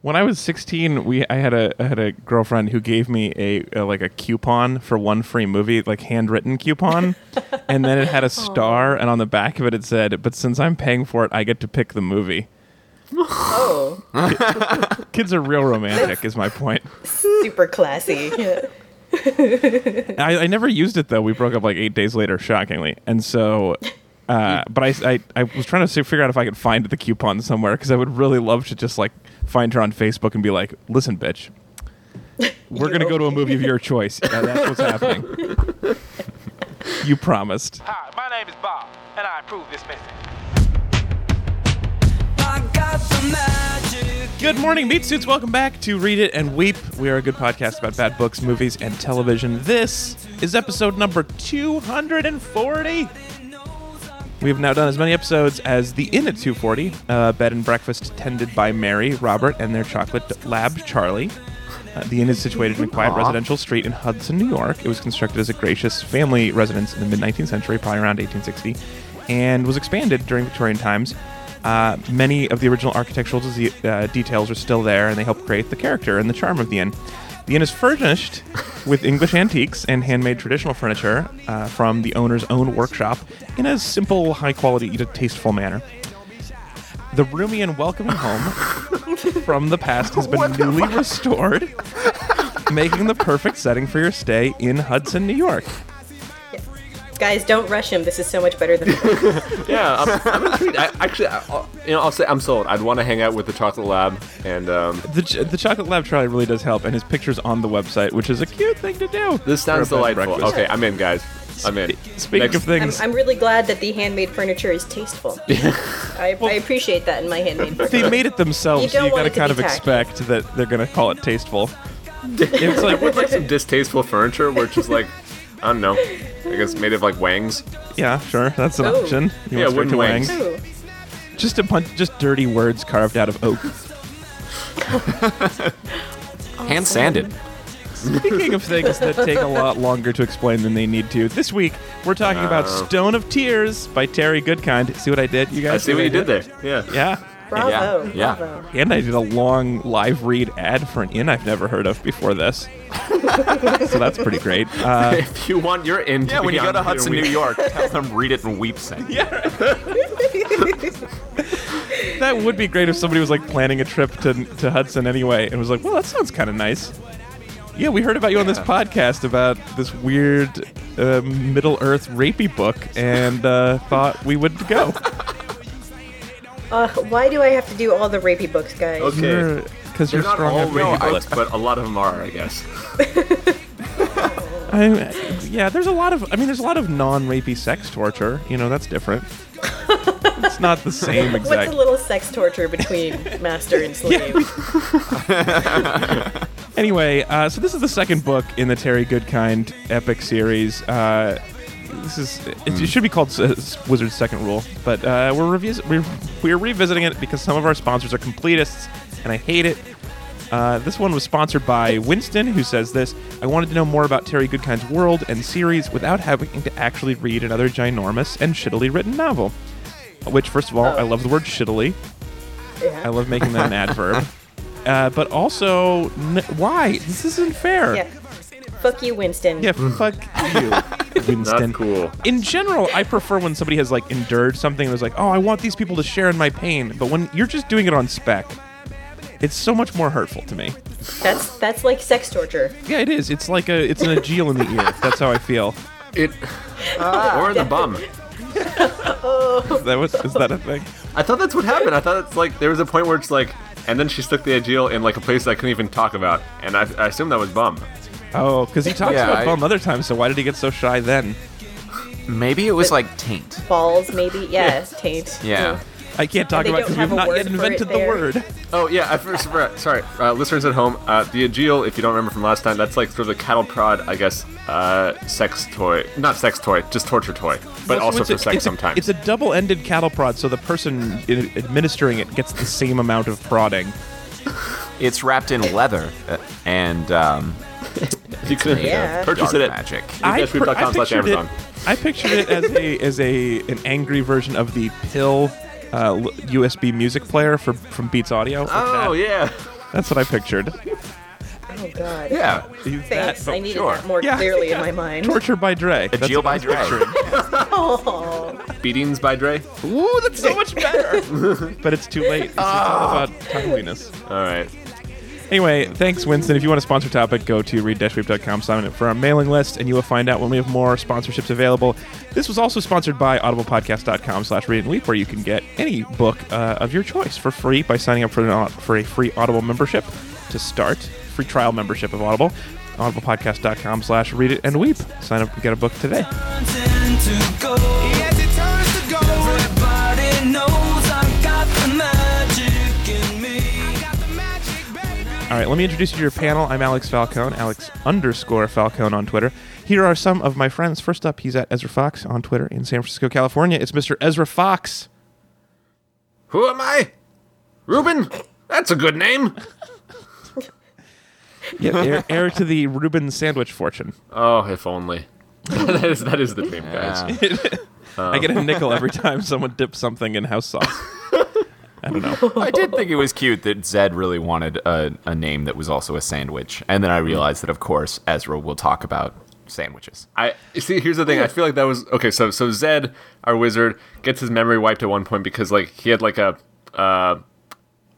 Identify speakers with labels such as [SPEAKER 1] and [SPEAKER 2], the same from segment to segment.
[SPEAKER 1] When I was 16, we I had a I had a girlfriend who gave me a, a like a coupon for one free movie, like handwritten coupon, and then it had a star, and on the back of it it said, "But since I'm paying for it, I get to pick the movie."
[SPEAKER 2] Oh,
[SPEAKER 1] Kids are real romantic, is my point.
[SPEAKER 2] super classy. Yeah.
[SPEAKER 1] I, I never used it though. We broke up like eight days later, shockingly, and so. Uh, but I, I, I was trying to see, figure out if I could find the coupon somewhere because I would really love to just like find her on Facebook and be like, "Listen, bitch, we're gonna go to a movie of your choice. Yeah, that's what's happening. you promised."
[SPEAKER 3] Hi, my name is Bob, and I approve this message.
[SPEAKER 4] I got the magic.
[SPEAKER 1] Good morning, meat suits. Welcome back to Read It and Weep. We are a good podcast about bad books, movies, and television. This is episode number 240. We have now done as many episodes as The Inn at 240, uh, bed and breakfast tended by Mary, Robert, and their chocolate lab, Charlie. Uh, the inn is situated in a quiet residential street in Hudson, New York. It was constructed as a gracious family residence in the mid 19th century, probably around 1860, and was expanded during Victorian times. Uh, many of the original architectural dese- uh, details are still there, and they help create the character and the charm of the inn. The inn is furnished with English antiques and handmade traditional furniture uh, from the owner's own workshop in a simple, high quality, yet tasteful manner. The roomy and welcoming home from the past has been newly restored, making the perfect setting for your stay in Hudson, New York.
[SPEAKER 2] Guys, don't rush him. This is so much better than.
[SPEAKER 5] Yeah, I'm, I'm intrigued. I, actually, I, I'll- you know, I'll say I'm sold. I'd want to hang out with the Chocolate Lab, and um,
[SPEAKER 1] The, ch- the chocolate lab Charlie really does help, and his picture's on the website, which is a cute thing to do.
[SPEAKER 5] this sounds
[SPEAKER 1] For a bed and
[SPEAKER 5] delightful.
[SPEAKER 1] breakfast.
[SPEAKER 5] Okay, I'm in, guys. I'm in.
[SPEAKER 1] Speaking
[SPEAKER 5] Next-
[SPEAKER 1] of things,
[SPEAKER 2] I'm really glad that the handmade furniture is tasteful. I, I appreciate that in my handmade furniture.
[SPEAKER 1] they made it themselves,
[SPEAKER 2] You
[SPEAKER 1] so
[SPEAKER 2] don't
[SPEAKER 1] you
[SPEAKER 2] want
[SPEAKER 1] gotta
[SPEAKER 2] it to
[SPEAKER 1] kind
[SPEAKER 2] be
[SPEAKER 1] of
[SPEAKER 2] tacky.
[SPEAKER 1] expect that they're gonna call it tasteful. it's like,
[SPEAKER 5] With like some distasteful furniture, where it's just like, I don't know. I guess made of like wangs.
[SPEAKER 1] yeah, sure, that's an
[SPEAKER 2] Ooh.
[SPEAKER 1] option. You
[SPEAKER 5] Yeah,
[SPEAKER 1] want straight
[SPEAKER 5] wooden
[SPEAKER 1] to
[SPEAKER 5] wings.
[SPEAKER 1] Wang.
[SPEAKER 2] Ooh,
[SPEAKER 1] Just a bunch, just dirty words carved out of oak.
[SPEAKER 5] Hand sanded.
[SPEAKER 1] Speaking of things that take a lot longer to explain than they need to, this week we're talking about Stone of Tears by Terry Goodkind. See what I did, you guys?
[SPEAKER 5] I see what you did there. Yeah.
[SPEAKER 1] Yeah.
[SPEAKER 2] bravo,
[SPEAKER 5] yeah.
[SPEAKER 2] bravo.
[SPEAKER 1] And I did a long live read ad for an inn I've never heard of before this. so that's pretty great. Uh,
[SPEAKER 5] If you want your in, to
[SPEAKER 6] Yeah, when
[SPEAKER 5] be
[SPEAKER 6] you go
[SPEAKER 5] on
[SPEAKER 6] to
[SPEAKER 5] here,
[SPEAKER 6] Hudson,
[SPEAKER 5] we-
[SPEAKER 6] New York, tell them read it and weep sing.
[SPEAKER 1] that would be great if somebody was like planning a trip to, to Hudson anyway and was like, well, that sounds kind of nice. Yeah, we heard about you on this podcast about this weird uh, Middle Earth rapey book and uh, thought we would go.
[SPEAKER 2] Ugh, why do I have to do all the rapey books, guys?
[SPEAKER 5] Okay.
[SPEAKER 1] Because
[SPEAKER 5] They're
[SPEAKER 1] you're
[SPEAKER 5] not
[SPEAKER 1] strong.
[SPEAKER 5] all
[SPEAKER 1] and brave.
[SPEAKER 5] rapey books, but a lot of them are, I guess.
[SPEAKER 1] I, yeah, there's a lot of. I mean, there's a lot of non-rapey sex torture. You know, that's different. it's not the same
[SPEAKER 2] What's
[SPEAKER 1] exact.
[SPEAKER 2] a little sex torture between master and slave?
[SPEAKER 1] anyway, uh, so this is the second book in the Terry Goodkind epic series. Uh, this is it, it should be called uh, Wizard's Second Rule, but uh, we're revis- we're, we're revisiting it because some of our sponsors are completists, and I hate it. Uh, this one was sponsored by Winston, who says this I wanted to know more about Terry Goodkind's world and series without having to actually read another ginormous and shittily written novel. Which, first of all, I love the word shittily. I love making that an adverb. Uh, but also, n- why? This isn't fair.
[SPEAKER 2] Yeah. Fuck you, Winston.
[SPEAKER 1] Yeah, fuck you, Winston.
[SPEAKER 5] Not cool.
[SPEAKER 1] In general, I prefer when somebody has like endured something and was like, "Oh, I want these people to share in my pain." But when you're just doing it on spec, it's so much more hurtful to me.
[SPEAKER 2] That's that's like sex torture.
[SPEAKER 1] Yeah, it is. It's like a it's an Aegeal in the ear. That's how I feel.
[SPEAKER 5] It or the bum.
[SPEAKER 1] Is that was is that a thing?
[SPEAKER 5] I thought that's what happened. I thought it's like there was a point where it's like, and then she stuck the ideal in like a place I couldn't even talk about, and I, I assumed that was bum.
[SPEAKER 1] Oh, because he talks
[SPEAKER 6] Yeah,
[SPEAKER 1] about
[SPEAKER 6] I-
[SPEAKER 1] bum other times. So why did he get so shy then?
[SPEAKER 6] Maybe it was like taint.
[SPEAKER 2] Balls, maybe. Yeah, taint.
[SPEAKER 6] Yeah.
[SPEAKER 1] I can't talk
[SPEAKER 2] they
[SPEAKER 1] about
[SPEAKER 2] don't
[SPEAKER 1] because
[SPEAKER 2] have
[SPEAKER 1] we've
[SPEAKER 2] a
[SPEAKER 1] not
[SPEAKER 2] word
[SPEAKER 1] yet
[SPEAKER 2] for it
[SPEAKER 1] invented the
[SPEAKER 2] there.
[SPEAKER 1] word.
[SPEAKER 5] Oh yeah, I first forgot. Sorry, uh, listeners at home. Uh, the ideal, if you don't remember from last time, that's like sort of the cattle prod, I guess, uh, sex toy. Not sex toy, just torture toy, but
[SPEAKER 1] Well, so
[SPEAKER 5] also
[SPEAKER 1] it's
[SPEAKER 5] for
[SPEAKER 1] a-
[SPEAKER 5] sex
[SPEAKER 1] it's a-
[SPEAKER 5] sometimes.
[SPEAKER 1] it's a double-ended cattle prod, so the person i- administering it gets the same amount of prodding.
[SPEAKER 6] It's wrapped in leather uh, and um,
[SPEAKER 5] you can
[SPEAKER 2] Yeah.
[SPEAKER 5] purchase
[SPEAKER 6] dark
[SPEAKER 5] it at
[SPEAKER 6] magic.
[SPEAKER 5] Newsdashgroup.com slash
[SPEAKER 1] pictured it,
[SPEAKER 5] Amazon.
[SPEAKER 1] I pictured it as a as a an angry version of the pill uh, l- USB music player for from Beats Audio. like
[SPEAKER 5] Oh
[SPEAKER 1] that.
[SPEAKER 5] yeah,
[SPEAKER 1] That's what I pictured.
[SPEAKER 2] Oh god.
[SPEAKER 6] Yeah.
[SPEAKER 1] He's that
[SPEAKER 2] Thanks.
[SPEAKER 1] fo-
[SPEAKER 2] I needed
[SPEAKER 6] sure.
[SPEAKER 2] that more
[SPEAKER 1] Yeah,
[SPEAKER 2] clearly
[SPEAKER 1] yeah.
[SPEAKER 2] in my mind.
[SPEAKER 1] torture by Dre.
[SPEAKER 6] A
[SPEAKER 1] That's
[SPEAKER 6] Geo
[SPEAKER 1] what I
[SPEAKER 6] by
[SPEAKER 1] was
[SPEAKER 6] Dre.
[SPEAKER 1] picturing.
[SPEAKER 2] Oh,
[SPEAKER 5] Beatings by Dre.
[SPEAKER 1] Ooh, that's so much better. but it's too late. This is all about timeliness.
[SPEAKER 5] All right.
[SPEAKER 1] Anyway, thanks, Winston. If you want a sponsor topic, go to read-weep.com, sign up for our mailing list, and you will find out when we have more sponsorships available. This was also sponsored by audiblepodcast.com slash read and weep, where you can get any book uh, of your choice for free by signing up for, an, au- for a free Audible membership to start, free trial membership of Audible, audiblepodcast.com slash read it and weep. Sign up and get a book today.
[SPEAKER 4] turns into gold. Yes, it turns to gold. Everybody knows I've got the magic in me. I got the magic, baby.
[SPEAKER 1] All right, let me introduce you to your panel. I'm Alex Falcone, Alex underscore Falcone on Twitter. Here are some of my friends. First up, he's at Ezra Fox on Twitter in San Francisco, California. It's Mr. Ezra Fox.
[SPEAKER 5] Who am I? Ruben? That's a good name.
[SPEAKER 1] Yeah, heir, heir to the Reuben sandwich fortune.
[SPEAKER 5] Oh, if only. that is that is the dream, guys.
[SPEAKER 1] I get a nickel every time someone dips something in house sauce. I don't know.
[SPEAKER 6] I did think it was cute that Zed really wanted a, a name that was also a sandwich. And then I realized that, of course, Ezra will talk about sandwiches.
[SPEAKER 5] I see. Here's the thing. I feel like that was okay. So so Zed, our wizard, gets his memory wiped at one point because like he had like a uh,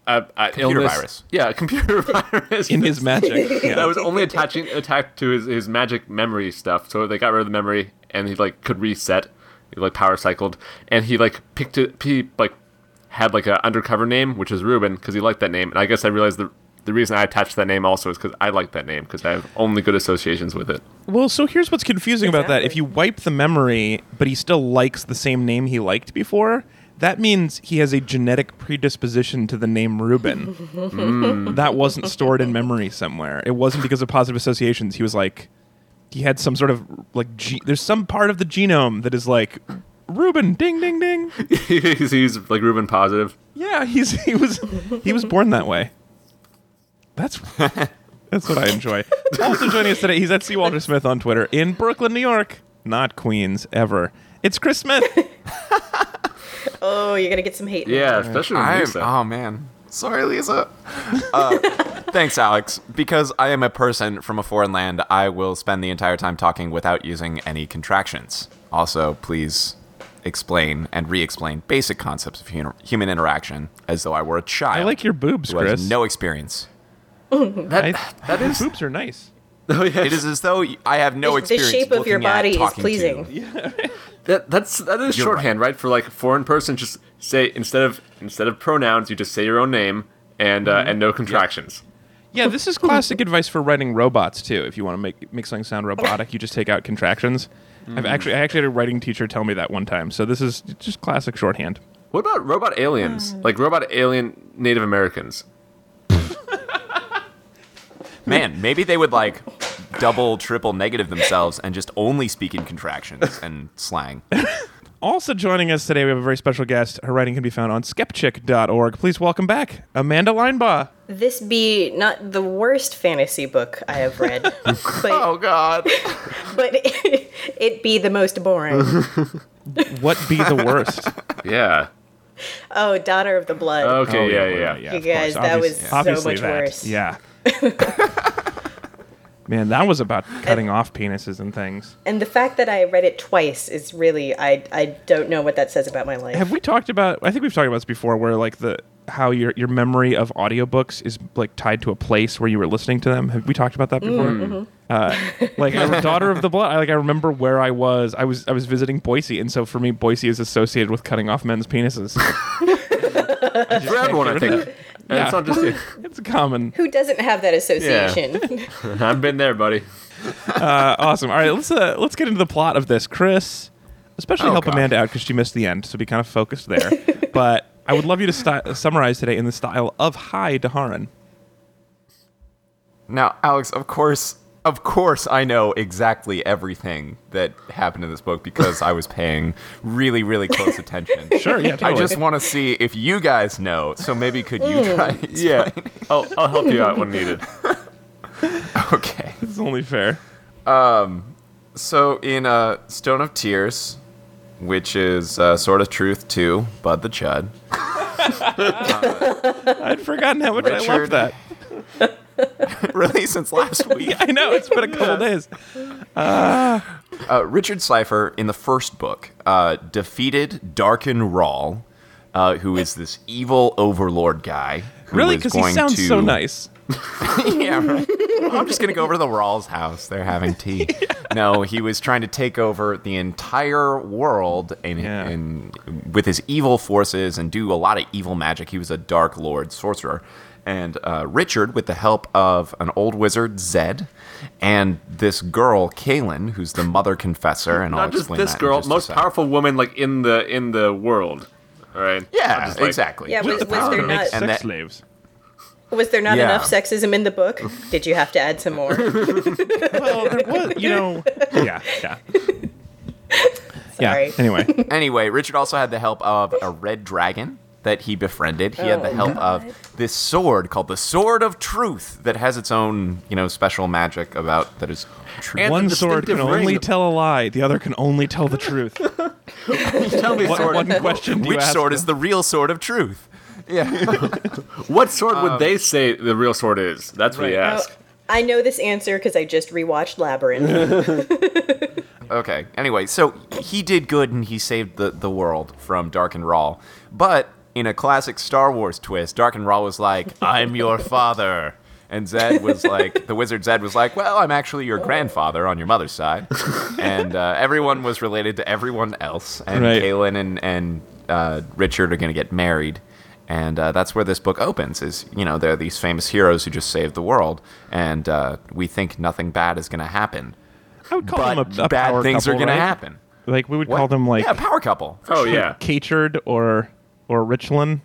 [SPEAKER 5] a, a
[SPEAKER 6] Computer
[SPEAKER 5] illness-
[SPEAKER 6] virus.
[SPEAKER 5] Yeah, a computer virus.
[SPEAKER 1] In his magic. Yeah.
[SPEAKER 5] that was only attaching attacked to his, his magic memory stuff. So they got rid of the memory, and he like could reset. He like power cycled, and he like picked it. He like had like a undercover name, which is Ruben, because he liked that name. And I guess I realized the the reason I attached that name also is because I like that name because I have only good associations with it.
[SPEAKER 1] Well, so here's what's confusing about that.
[SPEAKER 2] Exactly.
[SPEAKER 1] If you wipe the memory, but he still likes the same name he liked before, that means he has a genetic predisposition to the name Reuben. Mm. That wasn't stored in memory somewhere. It wasn't because of positive associations. He was like, he had some sort of like, ge- there's some part of the genome that is like, Reuben, ding, ding, ding.
[SPEAKER 5] he's, he's like Ruben positive.
[SPEAKER 1] Yeah, he's he was he was born that way. That's that's what I enjoy. Also joining us today, he's at C. Walter Smith on Twitter in Brooklyn, New York, not Queens ever. It's Chris Smith.
[SPEAKER 2] oh, you're gonna get some hate. now.
[SPEAKER 5] Yeah, especially when
[SPEAKER 6] I'm,
[SPEAKER 5] Lisa.
[SPEAKER 6] oh man, sorry, Lisa. Uh, thanks, Alex. Because I am a person from a foreign land, I will spend the entire time talking without using any contractions. Also, please explain and re-explain basic concepts of hu- human interaction as though I were a child.
[SPEAKER 1] I like your boobs,
[SPEAKER 6] who has
[SPEAKER 1] Chris.
[SPEAKER 6] no experience.
[SPEAKER 5] that,
[SPEAKER 1] I-
[SPEAKER 5] that
[SPEAKER 1] your
[SPEAKER 5] is
[SPEAKER 1] boobs are nice.
[SPEAKER 5] oh, yeah.
[SPEAKER 6] It is as though I have no
[SPEAKER 2] The- the
[SPEAKER 6] experience.
[SPEAKER 2] shape of your
[SPEAKER 6] looking at,
[SPEAKER 2] body is
[SPEAKER 6] talking to.
[SPEAKER 2] pleasing.
[SPEAKER 5] that, that's that is
[SPEAKER 6] You're
[SPEAKER 5] shorthand, right. For like a foreign person, just say instead of instead of pronouns, you just say your own name and uh,
[SPEAKER 6] Mm-hmm.
[SPEAKER 5] and no contractions.
[SPEAKER 1] Yeah, this is classic advice for writing robots too. If you want to make make something sound robotic, you just take out contractions. I've
[SPEAKER 5] Mm.
[SPEAKER 1] actually I actually had a writing teacher tell me that one time. So this is just classic shorthand.
[SPEAKER 5] What about robot aliens? Like robot alien Native Americans?
[SPEAKER 6] Man, maybe they would like double, triple negative themselves and just only speak in contractions and slang.
[SPEAKER 1] Also joining us today, we have a very special guest. Her writing can be found on skeptic.org. Please welcome back Amanda Linebaugh.
[SPEAKER 2] This be not the worst fantasy book I have read, but
[SPEAKER 5] Oh, God!
[SPEAKER 2] but it, be the most boring.
[SPEAKER 1] What be the worst?
[SPEAKER 5] yeah.
[SPEAKER 2] oh, Daughter of the Blood.
[SPEAKER 5] Okay. Oh, yeah, yeah. yeah.
[SPEAKER 2] You guys, that
[SPEAKER 1] Obvious-
[SPEAKER 2] was so much worse.
[SPEAKER 1] Yeah. Man, that was about cutting off penises and things.
[SPEAKER 2] And the fact that I read it twice is really I I don't know what that says about my life.
[SPEAKER 1] Have we talked about? I think we've talked about this before, where like the how your your memory of audiobooks is like tied to a place where you were listening to them. Have we talked about that before? Uh, like I- Daughter of the Blood. I like I remember where I was. I was I was visiting Boise, and so for me, Boise is associated with cutting off men's penises.
[SPEAKER 5] For everyone, I think. And
[SPEAKER 1] Yeah.
[SPEAKER 5] It's not just you.
[SPEAKER 1] it's common.
[SPEAKER 2] Who doesn't have that association?
[SPEAKER 5] I've been there, buddy.
[SPEAKER 1] Awesome. All right, let's uh, let's get into the plot of this, Chris. Especially
[SPEAKER 6] Oh,
[SPEAKER 1] help
[SPEAKER 6] God.
[SPEAKER 1] Amanda out because she missed the end, so be kind of focused there. but I would love you to sty summarize today in the style of Hi Daharan.
[SPEAKER 6] Now, Alex, of course, of course, I know exactly everything that happened in this book because I was paying really, really close attention.
[SPEAKER 1] Sure, yeah,
[SPEAKER 6] I
[SPEAKER 1] totally.
[SPEAKER 6] just want to see if you guys know. So maybe could you
[SPEAKER 1] Mm.
[SPEAKER 6] try?
[SPEAKER 5] Yeah. I'll, I'll help you out when needed.
[SPEAKER 6] Okay.
[SPEAKER 1] it's only fair.
[SPEAKER 6] So in uh, Stone of Tears, which is uh, sort of truth to Bud the Chud.
[SPEAKER 1] I'd forgotten how much I loved that.
[SPEAKER 6] released since last week.
[SPEAKER 1] I know it's been a couple days.
[SPEAKER 6] Uh, Richard Cypher, in the first book, uh, defeated Darken Rawl, uh, who is this evil overlord guy. who
[SPEAKER 1] Really,
[SPEAKER 6] is
[SPEAKER 1] because he
[SPEAKER 6] going
[SPEAKER 1] sounds
[SPEAKER 6] to-
[SPEAKER 1] so nice.
[SPEAKER 6] yeah, right. I'm just gonna go over to the Rawls house. They're having tea. No, he was trying to take over the entire world and,
[SPEAKER 1] Yeah.
[SPEAKER 6] and with his evil forces and do a lot of evil magic. He was a dark lord sorcerer. And uh, Richard, with the help of an old wizard Zed, and this girl Kaylin, who's the mother confessor, and I'll
[SPEAKER 5] Not just
[SPEAKER 6] explain
[SPEAKER 5] this
[SPEAKER 6] that in
[SPEAKER 5] girl,
[SPEAKER 6] just a
[SPEAKER 5] most
[SPEAKER 6] second.
[SPEAKER 5] powerful woman like in the in the world. All right. Not
[SPEAKER 6] Yeah,
[SPEAKER 5] just, like-
[SPEAKER 6] exactly.
[SPEAKER 2] Yeah, was,
[SPEAKER 1] The
[SPEAKER 2] was
[SPEAKER 1] power
[SPEAKER 2] there
[SPEAKER 1] to make
[SPEAKER 2] not
[SPEAKER 1] sex
[SPEAKER 6] And that-
[SPEAKER 1] slaves.
[SPEAKER 2] was there not
[SPEAKER 6] Yeah.
[SPEAKER 2] enough sexism in the book? Did you have to add some more?
[SPEAKER 1] Well, there was, you know. Yeah, yeah,
[SPEAKER 2] Sorry.
[SPEAKER 1] yeah. Anyway,
[SPEAKER 6] anyway, Richard also had the help of a red dragon that he befriended. He had the
[SPEAKER 2] Oh,
[SPEAKER 6] help
[SPEAKER 2] God.
[SPEAKER 6] of this sword called the Sword of Truth that has its own, you know, special magic about that is true.
[SPEAKER 5] And-
[SPEAKER 1] one
[SPEAKER 5] the
[SPEAKER 1] sword can
[SPEAKER 5] distinctive
[SPEAKER 1] only
[SPEAKER 5] ring.
[SPEAKER 1] tell a lie; the other can only tell the truth.
[SPEAKER 5] Tell me,
[SPEAKER 1] What,
[SPEAKER 5] sword,
[SPEAKER 1] one question do you
[SPEAKER 6] Which
[SPEAKER 1] ask
[SPEAKER 6] sword
[SPEAKER 1] them?
[SPEAKER 6] is the real Sword of Truth? Yeah.
[SPEAKER 5] what sword would they say the real sword is? That's what he
[SPEAKER 1] Right.
[SPEAKER 5] asked.
[SPEAKER 2] I know this answer because I just rewatched Labyrinth.
[SPEAKER 6] okay. Anyway, so he did good and he saved the, the world from Dark and Rawl. But in a classic Star Wars twist, Dark and Rawl was like, I'm your father. And Zed was like, the wizard Zed was like, well, I'm actually your grandfather on your mother's side. and uh, everyone was related to everyone else. And
[SPEAKER 1] Right.
[SPEAKER 6] Kaylin and, and uh, Richard are going to get married. And uh, that's where this book opens is, you know, there are these famous heroes who just saved the world. And uh, we think nothing bad is going to happen
[SPEAKER 1] I would call
[SPEAKER 6] but
[SPEAKER 1] them a, a
[SPEAKER 6] bad
[SPEAKER 1] power
[SPEAKER 6] things are
[SPEAKER 1] couple,
[SPEAKER 6] going
[SPEAKER 1] right?
[SPEAKER 6] to happen.
[SPEAKER 1] Like we would
[SPEAKER 6] What?
[SPEAKER 1] call them like
[SPEAKER 6] yeah, power couple.
[SPEAKER 5] Oh yeah.
[SPEAKER 1] Catured or or Richland,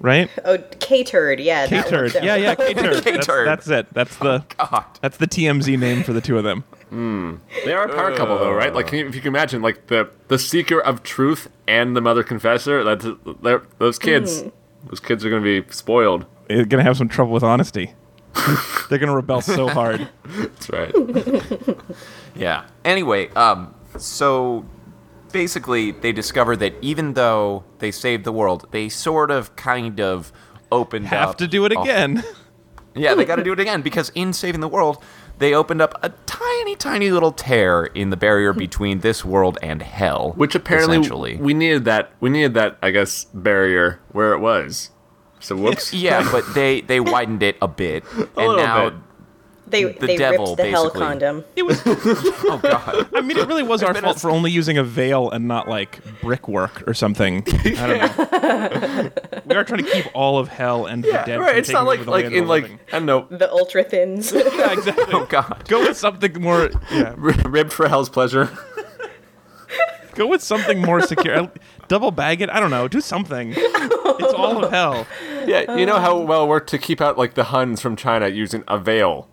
[SPEAKER 1] right?
[SPEAKER 2] oh, K-turd, yeah. that one
[SPEAKER 1] Catered,
[SPEAKER 2] show.
[SPEAKER 1] yeah, yeah, catered. That's,
[SPEAKER 6] Catered.
[SPEAKER 1] that's it. That's the
[SPEAKER 5] Oh,
[SPEAKER 6] God.
[SPEAKER 1] that's the TMZ name for the two of them.
[SPEAKER 5] They are a power couple, though, right? Like, can you, if you can imagine, like the the seeker of truth and the mother confessor. That's they're- those kids. Those kids are going to be spoiled.
[SPEAKER 1] They're gonna have some trouble with honesty. They're gonna rebel so hard.
[SPEAKER 5] That's right.
[SPEAKER 6] Yeah. Anyway, um, so basically, they discover that even though they saved the world, they sort of, kind of opened
[SPEAKER 1] Have
[SPEAKER 6] up
[SPEAKER 1] to do it
[SPEAKER 5] Oh.
[SPEAKER 6] a-
[SPEAKER 1] again.
[SPEAKER 6] yeah, they got to do it again because in saving the world, they opened up a tiny, tiny little tear in the barrier between this world and hell.
[SPEAKER 5] Which apparently
[SPEAKER 6] essentially.
[SPEAKER 5] we needed that. We needed that. I guess barrier where it was. So whoops.
[SPEAKER 6] yeah, but they they widened it a bit, and
[SPEAKER 5] little
[SPEAKER 6] now
[SPEAKER 5] bit.
[SPEAKER 2] They, they
[SPEAKER 6] devil,
[SPEAKER 2] ripped the hell
[SPEAKER 6] basically.
[SPEAKER 2] condom.
[SPEAKER 1] It was.
[SPEAKER 6] oh god.
[SPEAKER 1] I mean, it really was our
[SPEAKER 6] been
[SPEAKER 1] fault
[SPEAKER 6] a-
[SPEAKER 1] for only using a veil and not like brickwork or something. I don't know. we are trying to keep all of hell and the dead.
[SPEAKER 5] right.
[SPEAKER 1] from
[SPEAKER 5] It's
[SPEAKER 1] taking
[SPEAKER 5] not like
[SPEAKER 1] over the
[SPEAKER 5] like
[SPEAKER 1] land of
[SPEAKER 5] in
[SPEAKER 1] the
[SPEAKER 5] like
[SPEAKER 1] living.
[SPEAKER 5] I don't know.
[SPEAKER 2] The ultra thins.
[SPEAKER 1] Yeah, exactly.
[SPEAKER 6] Oh god.
[SPEAKER 1] Go with something more. Yeah.
[SPEAKER 5] Ribbed for hell's pleasure.
[SPEAKER 1] Go with something more secure. Double bag it. I don't know. Do something. It's all of hell.
[SPEAKER 5] yeah, you know how well it worked to keep out like the Huns from China using a veil.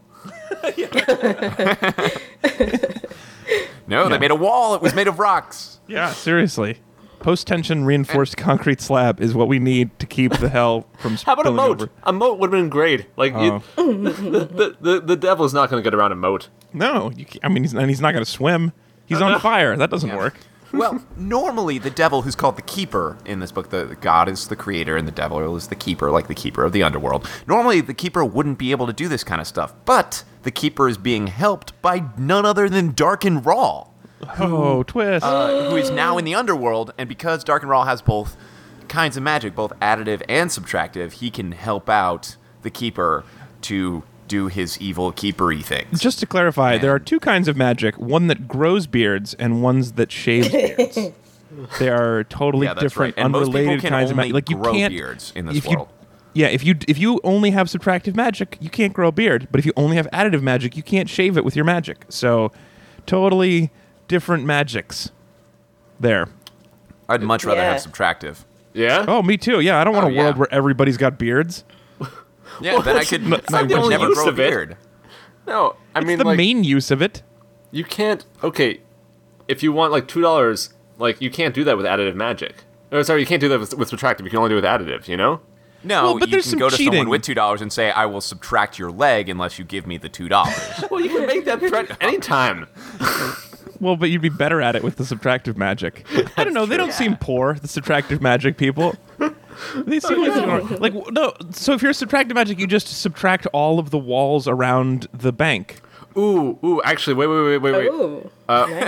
[SPEAKER 6] No, they made a wall. It was made of rocks.
[SPEAKER 1] Yeah, seriously. Post tension reinforced concrete slab is what we need to keep the hell from
[SPEAKER 5] How about
[SPEAKER 1] spilling
[SPEAKER 5] a moat?
[SPEAKER 1] over. Oh.
[SPEAKER 5] A moat would have been great. Like you, the, the the devil's not going to get around a moat.
[SPEAKER 1] No, you ca I mean, he's, and he's not going to swim.
[SPEAKER 5] Uh,
[SPEAKER 1] He's on fire. That doesn't work.
[SPEAKER 6] Well, normally the devil, who's called the keeper in this book, the the God is the creator and the devil is the keeper, like the keeper of the underworld. Normally, the keeper wouldn't be able to do this kind of stuff, but the keeper is being helped by none other than Dark and Rawl,
[SPEAKER 5] Hmm.
[SPEAKER 1] Oh, twist.
[SPEAKER 6] uh, who is now in the underworld. And because Dark and Rawl has both kinds of magic, both additive and subtractive, he can help out the keeper to do his evil keepery things.
[SPEAKER 1] Just to clarify, there are two kinds of magic: one that grows beards and ones that shaves beards. They are totally
[SPEAKER 6] Yeah, that's
[SPEAKER 1] different,
[SPEAKER 6] right. And most people
[SPEAKER 1] unrelated
[SPEAKER 6] can
[SPEAKER 1] kinds of magic.
[SPEAKER 6] only
[SPEAKER 1] Like you
[SPEAKER 6] grow
[SPEAKER 1] can't
[SPEAKER 6] beards in this
[SPEAKER 1] if you-
[SPEAKER 6] world.
[SPEAKER 1] yeah, if you if you only have subtractive magic, you can't grow a beard. But if you only have additive magic, you can't shave it with your magic. So, totally different magics. There.
[SPEAKER 6] I'd much rather
[SPEAKER 2] Yeah.
[SPEAKER 6] have subtractive.
[SPEAKER 5] Yeah.
[SPEAKER 1] Oh, me too. Yeah, I don't want
[SPEAKER 6] Oh,
[SPEAKER 1] a world
[SPEAKER 6] yeah.
[SPEAKER 1] where everybody's got beards.
[SPEAKER 6] Yeah, then I could, I
[SPEAKER 5] the
[SPEAKER 6] would
[SPEAKER 5] only
[SPEAKER 6] never
[SPEAKER 5] use
[SPEAKER 6] grow a
[SPEAKER 5] of it.
[SPEAKER 6] beard.
[SPEAKER 5] No, I mean
[SPEAKER 1] the
[SPEAKER 5] like
[SPEAKER 1] main use of it.
[SPEAKER 5] you can't. Okay, if you want like two dollars, like you can't do that with additive magic. Or sorry, you can't do that with, with subtractive. You can only do it with additive. You know.
[SPEAKER 6] No,
[SPEAKER 1] Well, but
[SPEAKER 6] you
[SPEAKER 1] there's
[SPEAKER 6] can
[SPEAKER 1] some
[SPEAKER 6] go to someone
[SPEAKER 1] cheating.
[SPEAKER 6] with two dollars and say, "I will subtract your leg unless you give me the two dollars."
[SPEAKER 5] Well, you can make that threat anytime.
[SPEAKER 1] Well, but you'd be better at it with the subtractive magic. I don't know. They don't seem poor, the subtractive magic people. They see what's going on. Like w- no, so if you're subtractive magic, you just subtract all of the walls around the bank.
[SPEAKER 5] Ooh, ooh. Actually, wait, wait, wait,
[SPEAKER 1] Oh.
[SPEAKER 5] wait, wait.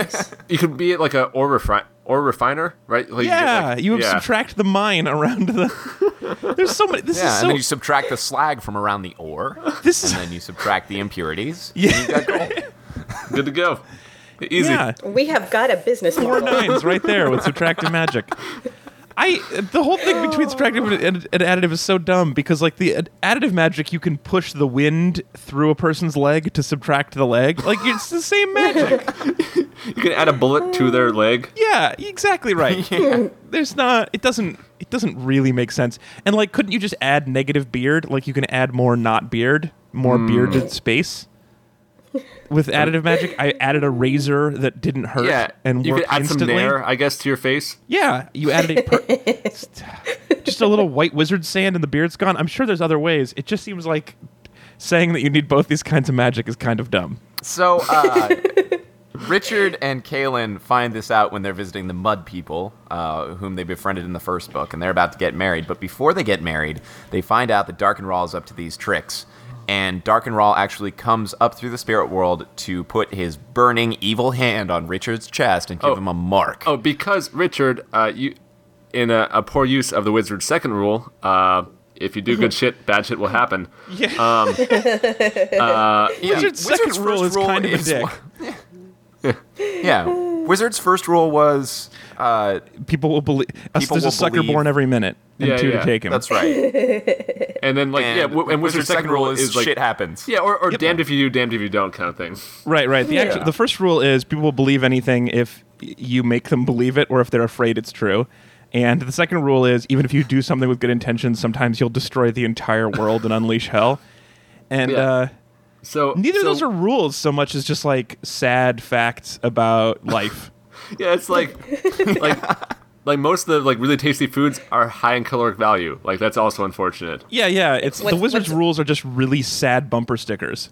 [SPEAKER 2] Ooh, nice.
[SPEAKER 5] You could be like a ore refine or refiner, right? Like, you get,
[SPEAKER 1] Yeah,
[SPEAKER 5] like-
[SPEAKER 1] you
[SPEAKER 5] yeah.
[SPEAKER 1] subtract the mine around the. There's so many. This
[SPEAKER 6] Yeah, and then you
[SPEAKER 1] is so.
[SPEAKER 6] subtract the slag from around the ore,
[SPEAKER 1] This is
[SPEAKER 6] and then you subtract the impurities.
[SPEAKER 1] yeah,
[SPEAKER 5] Good to go. Easy.
[SPEAKER 1] yeah.
[SPEAKER 2] We have got a business
[SPEAKER 1] Four
[SPEAKER 2] model.
[SPEAKER 1] nines right there with subtractive magic. I the whole thing between subtractive and, and additive is so dumb because like the ad- additive magic you can push the wind through a person's leg to subtract the leg like it's the same magic
[SPEAKER 5] You can add a bullet to their leg.
[SPEAKER 1] yeah exactly right there's not it doesn't it doesn't really make sense and like couldn't you just add negative beard like you can add more not beard more
[SPEAKER 5] Hmm.
[SPEAKER 1] bearded space with additive magic I added a razor that didn't hurt
[SPEAKER 5] Yeah,
[SPEAKER 1] and
[SPEAKER 5] you could
[SPEAKER 1] worked
[SPEAKER 5] add
[SPEAKER 1] instantly
[SPEAKER 5] some nair, I guess, to your face.
[SPEAKER 1] Yeah, you added a per- just a little white wizard sand and the beard's gone. I'm sure there's other ways. It just seems like saying that you need both these kinds of magic is kind of dumb.
[SPEAKER 6] So, uh, Richard and Kaylin find this out when they're visiting the Mud People, uh, whom they befriended in the first book, and they're about to get married. But before they get married, they find out that Darkenrawl is up to these tricks. And Darkenrawl actually comes up through the spirit world to put his burning evil hand on Richard's chest and give
[SPEAKER 5] Oh.
[SPEAKER 6] him a mark.
[SPEAKER 5] Oh, because Richard, uh, you, in a, a poor use of the wizard's second rule, uh, if you do good shit, bad shit will happen.
[SPEAKER 1] Yeah,
[SPEAKER 6] Yeah,
[SPEAKER 1] Wizard's second
[SPEAKER 6] Um, first
[SPEAKER 1] rule is kind of a dick.
[SPEAKER 6] yeah. Wizard's first rule was uh,
[SPEAKER 1] people will believe. us
[SPEAKER 6] People
[SPEAKER 1] there's a
[SPEAKER 6] will
[SPEAKER 1] sucker
[SPEAKER 6] believe-
[SPEAKER 1] born every minute and
[SPEAKER 5] Yeah,
[SPEAKER 1] two
[SPEAKER 5] yeah,
[SPEAKER 1] to take him.
[SPEAKER 6] that's right.
[SPEAKER 5] And then like yeah, w- and wizard's second rule is like
[SPEAKER 6] shit happens.
[SPEAKER 5] yeah, or, or damned if you do, damned if you don't kind of thing.
[SPEAKER 1] right, right. The actual, the first rule is people will believe anything if y- you make them believe it or if they're afraid it's true. And the second rule is even if you do something with good intentions, sometimes you'll destroy the entire world and unleash hell. And
[SPEAKER 5] Yeah.
[SPEAKER 1] uh
[SPEAKER 5] So
[SPEAKER 1] Neither
[SPEAKER 5] so,
[SPEAKER 1] of those are rules so much as just like sad facts about life.
[SPEAKER 5] yeah. It's like like like most of the like really tasty foods are high in caloric value. Like that's also unfortunate.
[SPEAKER 1] yeah, yeah. It's
[SPEAKER 2] What's-
[SPEAKER 1] the wizard's
[SPEAKER 2] what's-
[SPEAKER 1] rules are just really sad bumper stickers.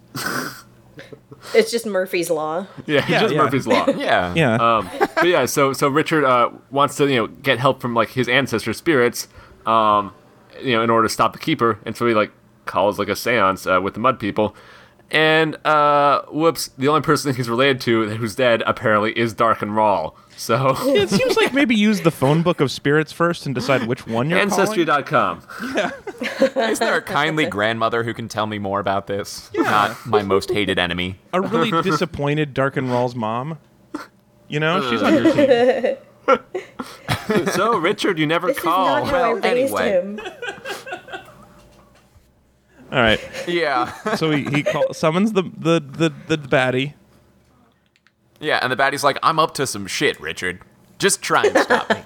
[SPEAKER 2] It's just Murphy's Law.
[SPEAKER 5] Yeah, it's
[SPEAKER 1] Yeah,
[SPEAKER 5] just
[SPEAKER 1] yeah.
[SPEAKER 5] Murphy's law.
[SPEAKER 6] Yeah.
[SPEAKER 1] Yeah,
[SPEAKER 5] Um, but yeah, so so Richard uh, wants to you know get help from like his ancestor spirits, um, you know, in order to stop the keeper, and so he like calls like a séance uh, with the mud people, and uh, whoops, the only person he's related to who's dead apparently is Dark and Rawl. So
[SPEAKER 1] it seems like maybe use the phone book of spirits first and decide which one you're calling.
[SPEAKER 5] ancestry.com.
[SPEAKER 6] Is there a kindly grandmother who can tell me more about this? Not my most hated enemy.
[SPEAKER 1] A really disappointed Darken Rawls mom. You know, she's on your team.
[SPEAKER 5] so Richard, you never
[SPEAKER 2] This
[SPEAKER 1] Oh,
[SPEAKER 2] is not
[SPEAKER 5] call.
[SPEAKER 2] how I
[SPEAKER 6] well,
[SPEAKER 2] raised
[SPEAKER 6] anyway.
[SPEAKER 2] him.
[SPEAKER 1] All right,
[SPEAKER 6] Yeah.
[SPEAKER 1] so he, he call, summons the, the the the baddie.
[SPEAKER 6] Yeah, and the baddie's like, I'm up to some shit, Richard. Just try and stop me.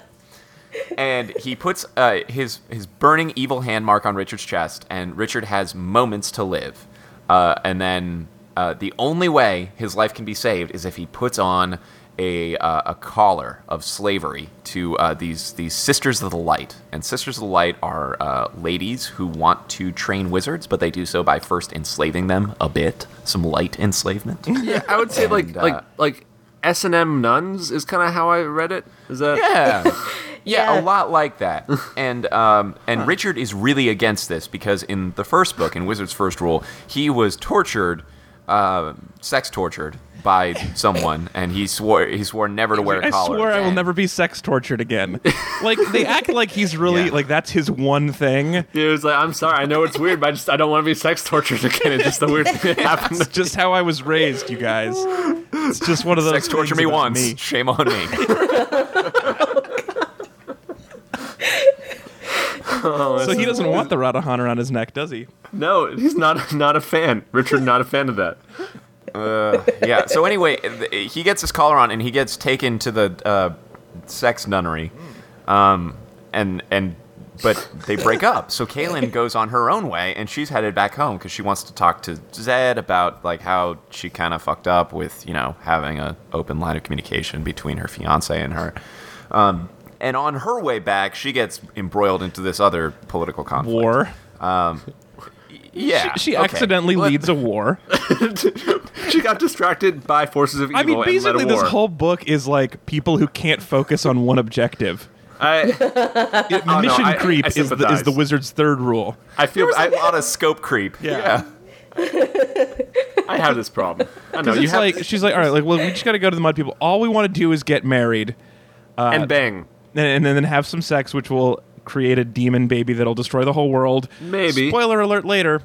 [SPEAKER 6] And he puts uh, his his burning evil hand mark on Richard's chest, and Richard has moments to live. Uh, and then uh, the only way his life can be saved is if he puts on a uh, a collar of slavery to uh, these these sisters of the light. And sisters of the light are uh, ladies who want to train wizards, but they do so by first enslaving them a bit, some light enslavement.
[SPEAKER 5] Yeah, I would say like
[SPEAKER 6] And, uh,
[SPEAKER 5] like like S and M nuns is kind of how I read it. Is that
[SPEAKER 6] Yeah. yeah,
[SPEAKER 2] Yeah.
[SPEAKER 6] a lot like that. And um, and Richard is really against this because in the first book, in Wizard's First Rule, he was tortured, uh, sex tortured by someone, and he swore he swore never to wear a
[SPEAKER 1] I
[SPEAKER 6] collar.
[SPEAKER 1] swear I will
[SPEAKER 6] again.
[SPEAKER 1] never be sex tortured again. like they act like he's really
[SPEAKER 6] Yeah.
[SPEAKER 1] like that's his one thing.
[SPEAKER 5] Dude, it's like, I'm sorry, I know it's weird, but I just I don't want to be sex tortured again. It's just the weird thing that happened.
[SPEAKER 1] It's just how I was raised, you guys. It's just one of those.
[SPEAKER 6] Sex torture
[SPEAKER 1] things
[SPEAKER 6] me
[SPEAKER 1] about
[SPEAKER 6] once.
[SPEAKER 1] me.
[SPEAKER 6] Shame on me.
[SPEAKER 1] So he doesn't want the Radahan around his neck, does he?
[SPEAKER 5] No, he's not not a fan. Richard, not a fan of that.
[SPEAKER 6] yeah. So anyway, th- he gets his collar on and he gets taken to the uh, sex nunnery, um, and and but they break up. So Kaylin goes on her own way and she's headed back home because she wants to talk to Zed about like how she kind of fucked up with you know having a open line of communication between her fiance and her. Um, and on her way back, she gets embroiled into this other political conflict.
[SPEAKER 1] War.
[SPEAKER 6] Yeah.
[SPEAKER 1] She, she
[SPEAKER 6] okay.
[SPEAKER 1] accidentally
[SPEAKER 6] Let-
[SPEAKER 1] leads a war.
[SPEAKER 5] She got distracted by forces of evil
[SPEAKER 1] I mean,
[SPEAKER 5] and led
[SPEAKER 1] basically,
[SPEAKER 5] a
[SPEAKER 1] this
[SPEAKER 5] war.
[SPEAKER 1] whole book is like people who can't focus on one objective.
[SPEAKER 5] I Oh, no,
[SPEAKER 1] Mission
[SPEAKER 5] I-
[SPEAKER 1] creep
[SPEAKER 5] I
[SPEAKER 1] is, the, is
[SPEAKER 5] sympathize.
[SPEAKER 1] the wizard's third rule.
[SPEAKER 5] I feel
[SPEAKER 6] There's
[SPEAKER 5] I,
[SPEAKER 6] a lot of scope creep.
[SPEAKER 5] yeah. I have this problem. I know
[SPEAKER 1] Because
[SPEAKER 5] you
[SPEAKER 1] it's
[SPEAKER 5] have
[SPEAKER 1] like she's like, all right, like, well, we just got to go to the mud people. All we want to do is get married, uh,
[SPEAKER 5] and bang.
[SPEAKER 1] and, and then have some sex, which will create a demon baby that'll destroy the whole world.
[SPEAKER 5] Maybe.
[SPEAKER 1] Spoiler alert later.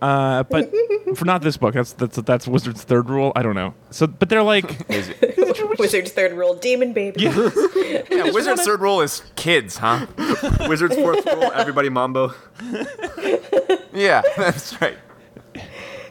[SPEAKER 1] Uh, but for not this book, that's that's that's Wizard's third rule. I don't know. So, but they're like,
[SPEAKER 6] Is-
[SPEAKER 2] Wizard's third rule, demon baby.
[SPEAKER 6] yeah, Wizard's third rule is kids, huh?
[SPEAKER 5] Wizard's fourth rule, everybody mambo.
[SPEAKER 6] Yeah, that's right.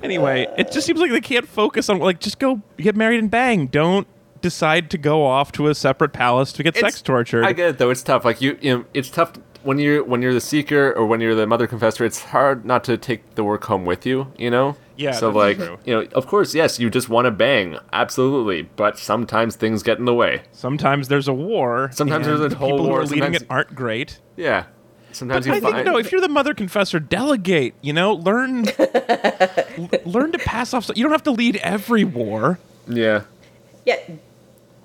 [SPEAKER 1] anyway, it just seems like they can't focus on like just go get married and bang. Don't decide to go off to a separate palace to get sex
[SPEAKER 5] It's-
[SPEAKER 1] tortured.
[SPEAKER 5] I get it though. It's tough. Like you, you know, it's tough when you're when you're the seeker or when you're the mother confessor. It's hard not to take the work home with you. You know.
[SPEAKER 1] Yeah,
[SPEAKER 5] So
[SPEAKER 1] that's
[SPEAKER 5] like
[SPEAKER 1] true.
[SPEAKER 5] you know, of course, yes, you just want to bang, absolutely. But sometimes things get in the way.
[SPEAKER 1] Sometimes there's a war.
[SPEAKER 5] Sometimes
[SPEAKER 1] and
[SPEAKER 5] there's a
[SPEAKER 1] the
[SPEAKER 5] whole
[SPEAKER 1] people Who
[SPEAKER 5] war,
[SPEAKER 1] are leading
[SPEAKER 5] sometimes-
[SPEAKER 1] it aren't great.
[SPEAKER 5] Yeah. Sometimes you
[SPEAKER 1] I
[SPEAKER 5] find
[SPEAKER 1] think no. If you're the mother confessor, delegate. You know, learn, l- learn to pass off. so- You don't have to lead every war.
[SPEAKER 5] yeah.
[SPEAKER 2] Yeah.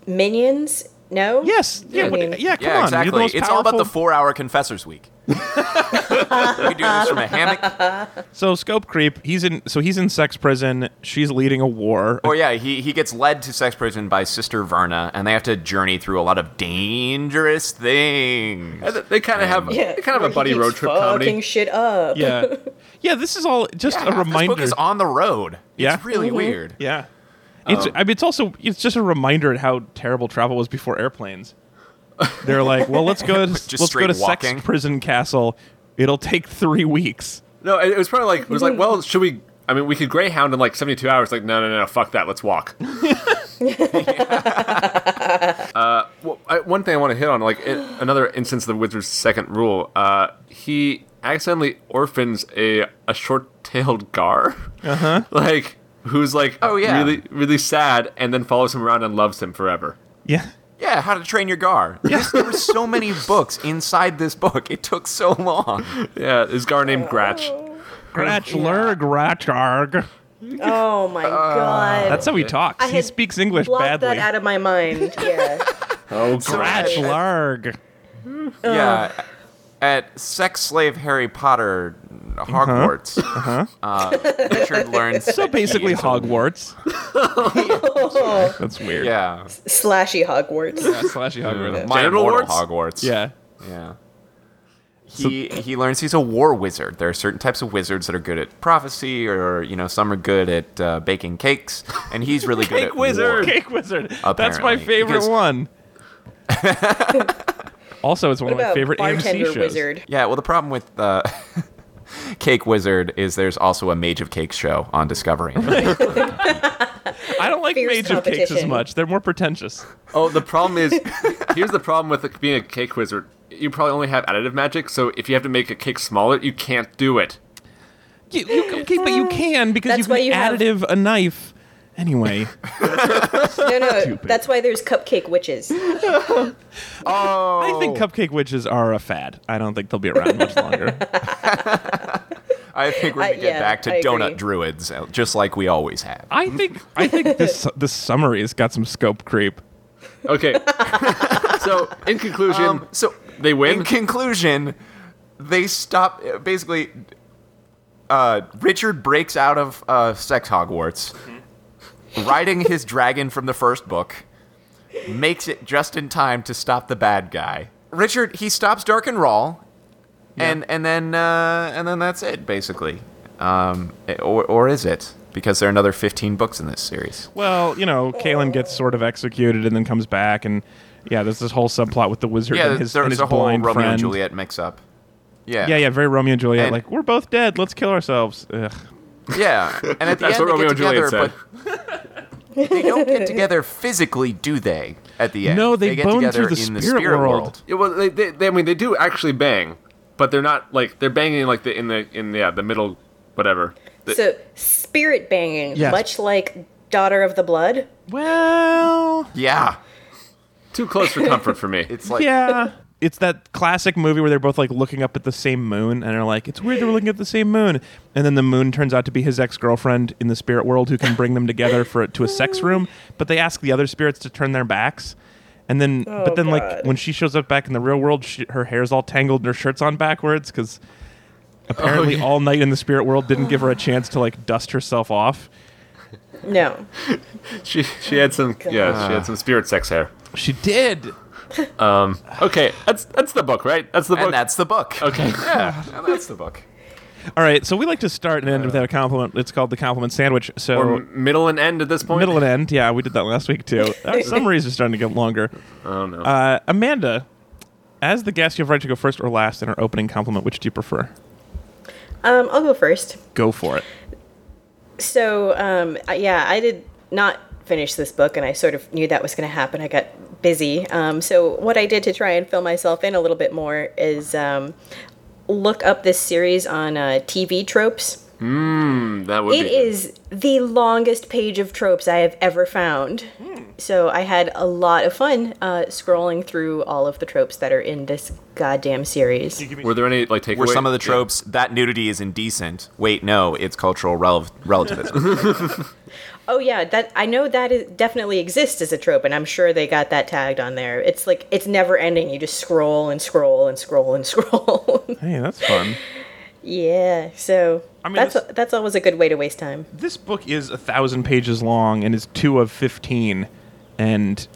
[SPEAKER 2] Minions? No?
[SPEAKER 1] Yes. Yeah.
[SPEAKER 5] Yeah.
[SPEAKER 1] what-
[SPEAKER 2] I mean-
[SPEAKER 1] yeah. Come
[SPEAKER 6] Yeah,
[SPEAKER 1] on. You're the
[SPEAKER 6] exactly.
[SPEAKER 1] most
[SPEAKER 6] It's all about the
[SPEAKER 1] powerful-
[SPEAKER 6] four-hour confessors week. we do this from a hammock.
[SPEAKER 1] so scope creep. He's in. So he's in sex prison. She's leading a war.
[SPEAKER 6] Or yeah, he he gets led to sex prison by Sister Verna, and they have to journey through a lot of dangerous things.
[SPEAKER 5] And They kind of have
[SPEAKER 2] Yeah.
[SPEAKER 5] they kind
[SPEAKER 2] where
[SPEAKER 5] of have a
[SPEAKER 2] he
[SPEAKER 5] buddy
[SPEAKER 2] keeps
[SPEAKER 5] road trip
[SPEAKER 2] fucking
[SPEAKER 5] comedy.
[SPEAKER 2] shit up.
[SPEAKER 1] yeah. Yeah. This is all just
[SPEAKER 6] Yeah,
[SPEAKER 1] a
[SPEAKER 6] This book
[SPEAKER 1] reminder.
[SPEAKER 6] is on the road.
[SPEAKER 1] Yeah.
[SPEAKER 6] It's really weird.
[SPEAKER 1] yeah.
[SPEAKER 6] Oh.
[SPEAKER 1] It's. I mean, it's also. It's just a reminder at how terrible travel was before airplanes. They're like, well, let's go. To,
[SPEAKER 6] Just
[SPEAKER 1] let's go
[SPEAKER 6] straight
[SPEAKER 1] to
[SPEAKER 6] walking.
[SPEAKER 1] sex prison castle. It'll take three weeks.
[SPEAKER 5] No, it it was probably like it was like, well, should we? I mean, we could Greyhound in like seventy-two hours. Like, no, no, no, fuck that. Let's walk. uh, well, I, one thing I want to hit on, like it, another instance of the wizard's second rule, uh, he accidentally orphans a a short-tailed gar, uh-huh. like who's like
[SPEAKER 6] Oh, yeah.
[SPEAKER 5] really really sad, and then follows him around and loves him forever.
[SPEAKER 1] Yeah.
[SPEAKER 6] Yeah, How to Train Your Gar. Yes, there were so many books inside this book. It took so long.
[SPEAKER 5] Yeah, his gar named Gratch.
[SPEAKER 6] Oh.
[SPEAKER 1] Gratchler, Gratcharg.
[SPEAKER 2] Oh my god.
[SPEAKER 1] Uh, That's how he talks.
[SPEAKER 2] I
[SPEAKER 1] He
[SPEAKER 2] had
[SPEAKER 1] speaks English
[SPEAKER 2] Block
[SPEAKER 1] badly.
[SPEAKER 2] that out of my mind. Yeah.
[SPEAKER 5] Oh,
[SPEAKER 1] Gratchlarg.
[SPEAKER 6] Yeah. At sex slave Harry Potter Hogwarts, uh Richard learns.
[SPEAKER 1] Uh-huh. So
[SPEAKER 6] that he
[SPEAKER 1] basically,
[SPEAKER 6] is a-
[SPEAKER 1] Hogwarts. That's weird.
[SPEAKER 6] Yeah.
[SPEAKER 2] Slashy Hogwarts.
[SPEAKER 1] Slashy Hogwarts.
[SPEAKER 6] My
[SPEAKER 5] Genital
[SPEAKER 6] immortal Hogwarts.
[SPEAKER 5] warts?
[SPEAKER 1] Yeah.
[SPEAKER 6] Yeah. He, he learns he's a war wizard. There are certain types of wizards that are good at prophecy, or you know, some are good at uh, baking cakes, and he's really good at War.
[SPEAKER 5] wizard.
[SPEAKER 1] Cake Wizard. That's my
[SPEAKER 6] Apparently,
[SPEAKER 1] favorite
[SPEAKER 6] because-
[SPEAKER 1] one. also, it's one
[SPEAKER 2] What
[SPEAKER 1] of my
[SPEAKER 2] about
[SPEAKER 1] favorite AMC
[SPEAKER 2] bartender
[SPEAKER 1] shows.
[SPEAKER 2] wizard?
[SPEAKER 6] Yeah. Well, the problem with uh, Cake Wizard is there's also a Mage of Cakes show on Discovery.
[SPEAKER 1] I don't like
[SPEAKER 2] Fierce
[SPEAKER 1] Mage of Cakes as
[SPEAKER 2] competition.
[SPEAKER 1] much. They're more pretentious.
[SPEAKER 5] Oh, the problem is, here's the problem with it being a cake wizard. You probably only have additive magic, so if you have to make a cake smaller, you can't do it.
[SPEAKER 1] You, you, okay, but you can because
[SPEAKER 2] Uh, That's
[SPEAKER 1] you can
[SPEAKER 2] why you have-
[SPEAKER 1] additive a knife. Anyway,
[SPEAKER 2] No, no. that's why there's cupcake witches.
[SPEAKER 1] I think cupcake witches are a fad. I don't think they'll be around much longer.
[SPEAKER 6] I think we're
[SPEAKER 2] I-
[SPEAKER 6] gonna get
[SPEAKER 2] yeah,
[SPEAKER 6] back to
[SPEAKER 2] I agree.
[SPEAKER 6] donut druids, uh, just like we always have.
[SPEAKER 1] I think I think this this summary has got some scope creep.
[SPEAKER 5] Okay. so, in conclusion,
[SPEAKER 6] Um, so
[SPEAKER 5] they win.
[SPEAKER 6] in conclusion, they stop. Basically, uh, Richard breaks out of uh, sex Hogwarts, riding his dragon from the first book, makes it just in time to stop the bad guy. Richard he stops Dark and Rawl, and and then uh, and then that's it basically. Um, or or is it? Because there are another fifteen books in this series.
[SPEAKER 1] Well, you know, Kalen gets sort of executed and then comes back, and yeah, there's this whole subplot with the wizard
[SPEAKER 6] Yeah,
[SPEAKER 1] and his,
[SPEAKER 6] there's
[SPEAKER 1] and his
[SPEAKER 6] a whole
[SPEAKER 1] blind
[SPEAKER 6] Romeo
[SPEAKER 1] friend.
[SPEAKER 6] and Juliet mix up. Yeah,
[SPEAKER 1] Yeah, yeah, very Romeo and Juliet.
[SPEAKER 6] And-
[SPEAKER 1] like we're both dead. Let's kill ourselves. Ugh.
[SPEAKER 6] Yeah, and at the
[SPEAKER 5] That's
[SPEAKER 6] end
[SPEAKER 5] what
[SPEAKER 6] they
[SPEAKER 5] Romeo
[SPEAKER 6] get
[SPEAKER 5] and Juliet
[SPEAKER 6] together,
[SPEAKER 5] said.
[SPEAKER 6] but they don't get together physically, do they? At the end,
[SPEAKER 1] No, they
[SPEAKER 6] get
[SPEAKER 1] bone
[SPEAKER 6] together
[SPEAKER 1] through the
[SPEAKER 6] in the
[SPEAKER 1] spirit
[SPEAKER 6] spirit
[SPEAKER 1] world.
[SPEAKER 5] Yeah, well, they, they, they, I mean, they do actually bang, but they're not like they're banging like the in the in the, yeah, the middle, whatever. The-
[SPEAKER 2] So spirit banging,
[SPEAKER 1] Yes.
[SPEAKER 2] much like Daughter of the Blood.
[SPEAKER 1] Well,
[SPEAKER 6] Yeah,
[SPEAKER 5] too close for comfort for me.
[SPEAKER 6] it's like
[SPEAKER 1] yeah. It's that classic movie where they're both like looking up at the same moon and are like, it's weird they're looking at the same moon. And then the moon turns out to be his ex girlfriend in the spirit world who can bring them together for to a sex room. But they ask the other spirits to turn their backs. And then, but
[SPEAKER 2] Oh,
[SPEAKER 1] then, like
[SPEAKER 2] God.
[SPEAKER 1] when she shows up back in the real world, she, her hair's all tangled and her shirt's on backwards because apparently all night in the spirit world didn't give her a chance to like dust herself off.
[SPEAKER 2] No.
[SPEAKER 5] She she had some
[SPEAKER 6] uh,
[SPEAKER 5] yeah she had some spirit sex hair.
[SPEAKER 1] She did.
[SPEAKER 5] Okay, that's that's the book, right? That's the book.
[SPEAKER 6] And that's the book.
[SPEAKER 5] okay.
[SPEAKER 6] And that's the book.
[SPEAKER 1] All right, so we like to start and
[SPEAKER 2] Uh.
[SPEAKER 1] end with a compliment. It's called the compliment sandwich. So
[SPEAKER 5] Or middle and end at this point.
[SPEAKER 1] middle and end. Yeah, we did that last week too. Our summaries are starting to get longer.
[SPEAKER 5] Oh no.
[SPEAKER 1] Uh, Amanda, as the guest, you have right to go first or last in our opening compliment. Which do you prefer?
[SPEAKER 2] Um, I'll go first.
[SPEAKER 1] Go for it.
[SPEAKER 2] So, um, I- yeah, I did not finish this book, and I sort of knew that was going to happen. I got busy. Um, so, what I did to try and fill myself in a little bit more is um, look up this series on uh, TV tropes.
[SPEAKER 5] that would
[SPEAKER 2] It
[SPEAKER 5] be.
[SPEAKER 2] is the longest page of tropes I have ever found. So, I had a lot of fun uh, scrolling through all of the tropes that are in this goddamn series.
[SPEAKER 5] Were there any like takeaways?
[SPEAKER 6] Were some of the tropes that nudity is indecent? Wait, no, it's cultural rel- relativism.
[SPEAKER 2] Oh yeah, that I know that is, definitely exists as a trope, and I'm sure they got that tagged on there. It's like it's never ending. You just scroll and scroll and scroll and scroll.
[SPEAKER 1] Hey, that's fun.
[SPEAKER 2] yeah, so
[SPEAKER 1] I mean,
[SPEAKER 2] that's
[SPEAKER 1] this-
[SPEAKER 2] that's always a good way to waste time.
[SPEAKER 1] This book is a thousand pages long and is two of fifteen, and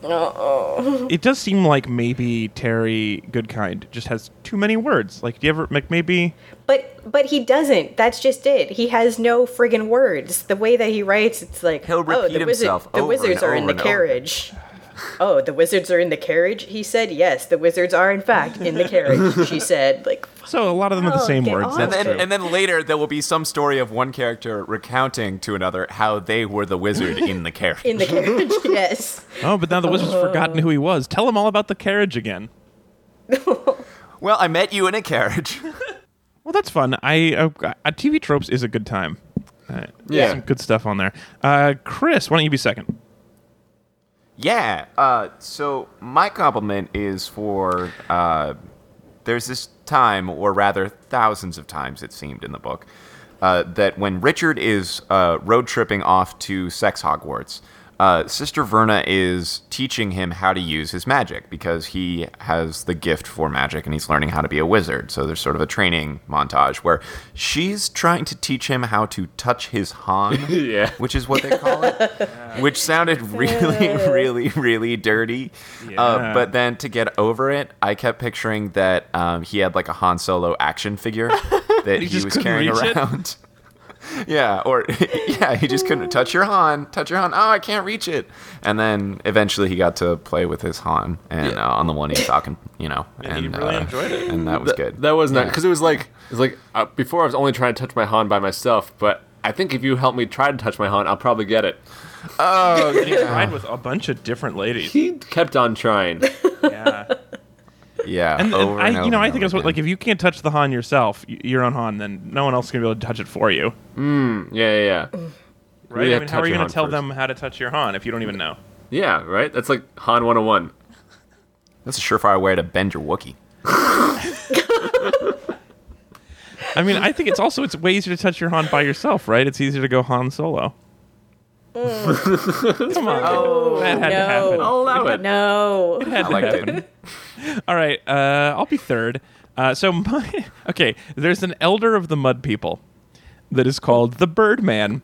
[SPEAKER 1] it does seem like maybe Terry Goodkind just has too many words. Like, do you ever like maybe?
[SPEAKER 2] But but he doesn't. That's just it. He has no friggin' words. The way that he writes, it's like
[SPEAKER 6] He'll
[SPEAKER 2] oh,
[SPEAKER 6] repeat
[SPEAKER 2] the, wizard,
[SPEAKER 6] himself
[SPEAKER 2] the
[SPEAKER 6] over
[SPEAKER 2] wizards
[SPEAKER 6] and
[SPEAKER 2] are in the
[SPEAKER 6] over and over.
[SPEAKER 2] carriage. Oh, the wizards are in the carriage. He said yes. The wizards are in fact in the carriage. she said like
[SPEAKER 1] So a lot of them are the
[SPEAKER 2] Oh,
[SPEAKER 1] same
[SPEAKER 2] get
[SPEAKER 1] words.
[SPEAKER 2] on
[SPEAKER 6] and,
[SPEAKER 1] That's
[SPEAKER 6] then,
[SPEAKER 1] true.
[SPEAKER 6] and then later, there will be some story of one character recounting to another how they were the wizard in the carriage.
[SPEAKER 2] in the carriage. yes.
[SPEAKER 1] oh, but now the wizard's forgotten who he was. Tell him all about the carriage again.
[SPEAKER 6] well, I met you in a carriage.
[SPEAKER 1] Well, that's fun. I uh, uh, TV tropes is a good time. Uh,
[SPEAKER 5] Yeah.
[SPEAKER 1] some good stuff on there. Uh, Chris, why don't you be second?
[SPEAKER 6] Yeah. Uh, so my compliment is for uh, there's this time, or rather thousands of times it seemed in the book, uh, that when Richard is uh, road tripping off to Sex Hogwarts, uh, Sister Verna is teaching him how to use his magic because he has the gift for magic and he's learning how to be a wizard. So there's sort of a training montage where she's trying to teach him how to touch his Han
[SPEAKER 5] Yeah.
[SPEAKER 6] which is what they call it, which sounded really, really, really dirty.
[SPEAKER 1] Yeah.
[SPEAKER 6] Uh, but then to get over it, I kept picturing that um, he had like a Han Solo action figure that he,
[SPEAKER 1] just
[SPEAKER 6] was
[SPEAKER 1] couldn't
[SPEAKER 6] carrying
[SPEAKER 1] reach it?
[SPEAKER 6] around. yeah, or yeah, he just couldn't touch your Han, touch your Han. Oh, I can't reach it. And then eventually he got to play with his Han, and uh, on the one he's talking, you know, and,
[SPEAKER 1] he really
[SPEAKER 6] uh,
[SPEAKER 1] enjoyed it.
[SPEAKER 6] and that was good.
[SPEAKER 5] That was not because it was like it was like uh, before I was only trying to touch my Han by myself, but I think if you help me try to touch my Han, I'll probably get it.
[SPEAKER 1] He tried with a bunch of different ladies.
[SPEAKER 5] He kept on trying.
[SPEAKER 1] Yeah,
[SPEAKER 6] yeah,
[SPEAKER 1] and, and
[SPEAKER 6] over
[SPEAKER 1] I,
[SPEAKER 6] and
[SPEAKER 1] you
[SPEAKER 6] over
[SPEAKER 1] know, I
[SPEAKER 6] and
[SPEAKER 1] think
[SPEAKER 6] over
[SPEAKER 1] it's what,
[SPEAKER 6] again.
[SPEAKER 1] like if you can't touch the Han yourself, y- your own Han, then no one else is gonna be able to touch it for you,
[SPEAKER 5] Yeah, yeah, yeah.
[SPEAKER 1] right?
[SPEAKER 5] have
[SPEAKER 1] I mean, how
[SPEAKER 5] to touch
[SPEAKER 1] are you
[SPEAKER 5] your
[SPEAKER 1] gonna
[SPEAKER 5] Han
[SPEAKER 1] tell
[SPEAKER 5] first.
[SPEAKER 1] them how to touch your Han if you don't even know?
[SPEAKER 5] Yeah, right? That's like Han 101.
[SPEAKER 6] that's a surefire way to bend your Wookiee.
[SPEAKER 1] I mean, I think it's also it's way easier to touch your Han by yourself, right? It's easier to go Han solo. Come on,
[SPEAKER 5] Oh,
[SPEAKER 1] that had to
[SPEAKER 2] no.
[SPEAKER 1] happen.
[SPEAKER 5] I'll allow it.
[SPEAKER 2] No.
[SPEAKER 1] Had
[SPEAKER 6] I
[SPEAKER 1] to
[SPEAKER 6] liked
[SPEAKER 1] happen.
[SPEAKER 6] it.
[SPEAKER 1] All right, uh, I'll be third. Uh, so my okay, there's an elder of the mud people that is called the Birdman,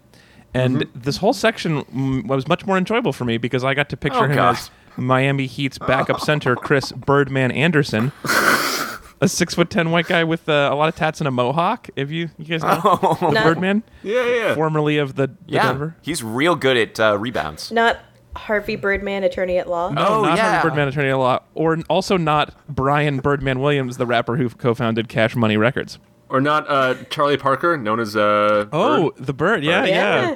[SPEAKER 1] and
[SPEAKER 6] Mm-hmm.
[SPEAKER 1] this whole section mm, was much more enjoyable for me because I got to picture
[SPEAKER 6] Oh,
[SPEAKER 1] him
[SPEAKER 6] God.
[SPEAKER 1] as Miami Heat's backup center, Chris Birdman Anderson, a six foot ten white guy with uh, a lot of tats and a mohawk. If you you guys know the
[SPEAKER 2] Not-
[SPEAKER 1] Birdman,
[SPEAKER 5] Yeah, yeah.
[SPEAKER 1] formerly of the, the
[SPEAKER 6] Oh. Yeah,
[SPEAKER 1] Denver.
[SPEAKER 6] he's real good at uh, rebounds.
[SPEAKER 2] Not Harvey Birdman, attorney at law.
[SPEAKER 1] No,
[SPEAKER 6] Oh,
[SPEAKER 1] not
[SPEAKER 6] yeah.
[SPEAKER 1] Harvey Birdman Attorney at Law, or also not Brian Birdman Williams, the rapper who co-founded Cash Money Records.
[SPEAKER 5] Or not uh, Charlie Parker, known as uh,
[SPEAKER 1] Oh,
[SPEAKER 5] Bird.
[SPEAKER 1] the bird. Yeah, yeah,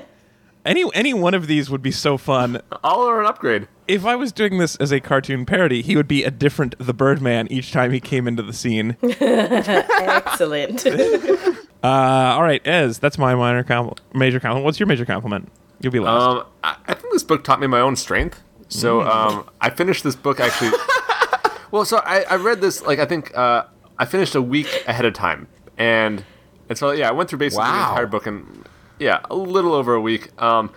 [SPEAKER 1] Any any one of these would be so fun.
[SPEAKER 5] all are an upgrade.
[SPEAKER 1] If I was doing this as a cartoon parody, he would be a different the Birdman each time he came into the scene. Uh,
[SPEAKER 2] Excellent.
[SPEAKER 1] all right, Ez, that's my minor compl- major compliment. What's your major compliment? You'll be last.
[SPEAKER 5] Um, I, I think this book taught me my own strength. So um, I finished this book actually. well, so I, I read this like I think uh, I finished a week ahead of time, and and so yeah, I went through basically
[SPEAKER 6] Wow.
[SPEAKER 5] the entire book in yeah a little over a week. Um,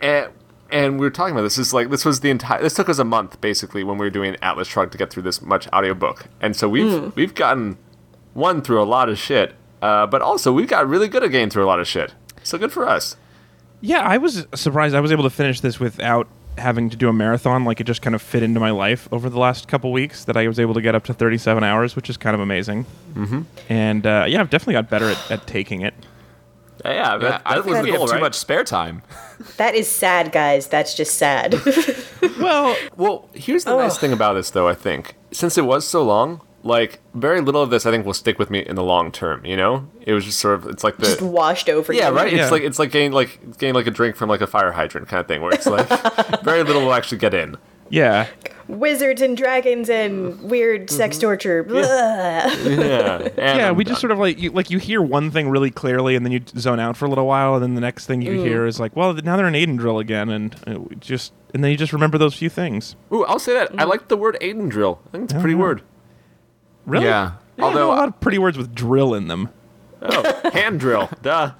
[SPEAKER 5] and and we were talking about this. This is like this was the entire. This took us a month basically when we were doing Atlas Shrugged to get through this much audiobook, and so we've we've gotten one through a lot of shit, uh, but also we got really good at getting through a lot of shit. So good for us.
[SPEAKER 1] Yeah, I was surprised I was able to finish this without having to do a marathon. Like it just kind of fit into my life over the last couple weeks that I was able to get up to 37 hours, which is kind of amazing. Mm-hmm. And uh, yeah, I've definitely got better at, at taking it.
[SPEAKER 5] Yeah, yeah, that, that
[SPEAKER 6] I
[SPEAKER 5] was
[SPEAKER 6] think
[SPEAKER 5] the
[SPEAKER 6] we have
[SPEAKER 5] goal,
[SPEAKER 6] too
[SPEAKER 5] right?
[SPEAKER 6] much spare time.
[SPEAKER 2] That is sad, guys. That's just sad.
[SPEAKER 1] Well,
[SPEAKER 5] Well, here's the nice thing about this, though. I think since it was so long, like very little of this, I think will stick with me in the long term. You know, it was just sort of it's like the
[SPEAKER 2] just washed over
[SPEAKER 5] yeah,
[SPEAKER 2] you.
[SPEAKER 5] right.
[SPEAKER 1] Yeah.
[SPEAKER 5] It's like it's like getting like getting like a drink from like a fire hydrant kind of thing, where it's like very little will actually get in.
[SPEAKER 1] yeah.
[SPEAKER 2] Wizards and dragons and weird sex torture. Blah.
[SPEAKER 5] Yeah, and
[SPEAKER 1] Yeah,
[SPEAKER 5] I'm
[SPEAKER 1] we
[SPEAKER 5] done.
[SPEAKER 1] just sort of uh, like you like you hear one thing really clearly, and then you zone out for a little while, and then the next thing you hear is like, well, now they're in Aiden drill again, and uh, we just and then you just remember those few things.
[SPEAKER 5] Ooh, I'll say that I like the word Aiden drill. I think it's a pretty word.
[SPEAKER 1] Really?
[SPEAKER 6] Yeah.
[SPEAKER 1] Although
[SPEAKER 6] Although-
[SPEAKER 1] a lot of pretty words with drill in them.
[SPEAKER 5] Oh, hand drill. Duh.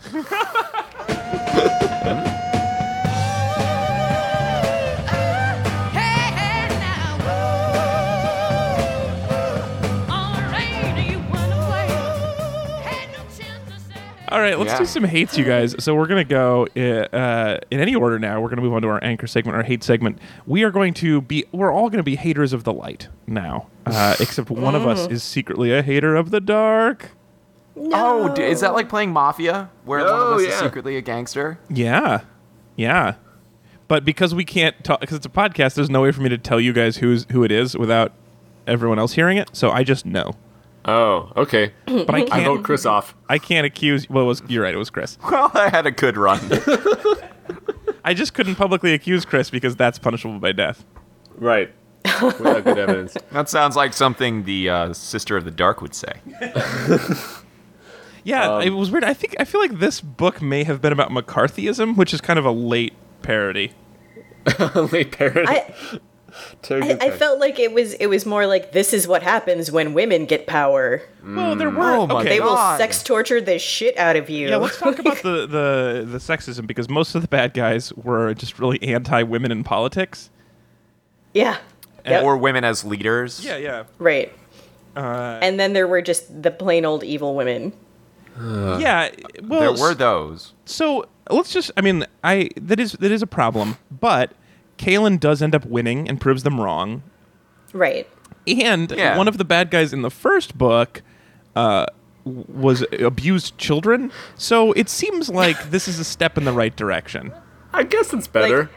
[SPEAKER 1] All right, let's
[SPEAKER 6] Yeah.
[SPEAKER 1] do some hates, you guys. So we're gonna go uh, uh, in any order now. We're gonna move on to our anchor segment, our hate segment. We are going to be, we're all gonna be haters of the light now, uh, except one of us is secretly a hater of the dark.
[SPEAKER 6] Oh, d- is that like playing Mafia, where one
[SPEAKER 5] Oh,
[SPEAKER 6] of us is
[SPEAKER 5] yeah.
[SPEAKER 6] secretly a gangster?
[SPEAKER 1] Yeah, yeah. But because we can't talk, because it's a podcast, there's no way for me to tell you guys who's who it is without everyone else hearing it. So I just know,
[SPEAKER 5] Oh, okay.
[SPEAKER 1] but I
[SPEAKER 5] I vote
[SPEAKER 1] can't.
[SPEAKER 5] Chris off.
[SPEAKER 1] I can't accuse. Well, it was you're right. It was Chris.
[SPEAKER 6] Well, I had a good run.
[SPEAKER 1] I just couldn't publicly accuse Chris because that's punishable by death.
[SPEAKER 5] Right. Without good evidence.
[SPEAKER 6] that sounds like something the uh, Sister of the Dark would say.
[SPEAKER 1] Yeah,
[SPEAKER 5] Um,
[SPEAKER 1] it was weird. I think I feel like this book may have been about McCarthyism, which is kind of a late parody.
[SPEAKER 5] Only parent.
[SPEAKER 2] I,
[SPEAKER 5] Terry
[SPEAKER 2] I, I
[SPEAKER 5] Goodkind.
[SPEAKER 2] felt like it was it was more like this is what happens when women get power.
[SPEAKER 1] Well, there were
[SPEAKER 6] Oh my
[SPEAKER 1] okay.
[SPEAKER 2] They will
[SPEAKER 6] God.
[SPEAKER 2] sex torture the shit out of you.
[SPEAKER 1] Yeah, let's talk about the, the the sexism because most of the bad guys were just really anti women in politics.
[SPEAKER 2] Yeah. Yep.
[SPEAKER 6] Or women as leaders.
[SPEAKER 1] Yeah, yeah,
[SPEAKER 2] right. and then there were just the plain old evil women.
[SPEAKER 1] yeah. Well,
[SPEAKER 6] There were those.
[SPEAKER 1] so let's just. I mean, I that is that is a problem, but Kalen does end up winning and proves them wrong,
[SPEAKER 2] Right.
[SPEAKER 1] and
[SPEAKER 6] Yeah.
[SPEAKER 1] one of the bad guys in the first book uh, w- was abused children. So it seems like this is a step in the right direction.
[SPEAKER 5] I guess it's better.
[SPEAKER 2] Like-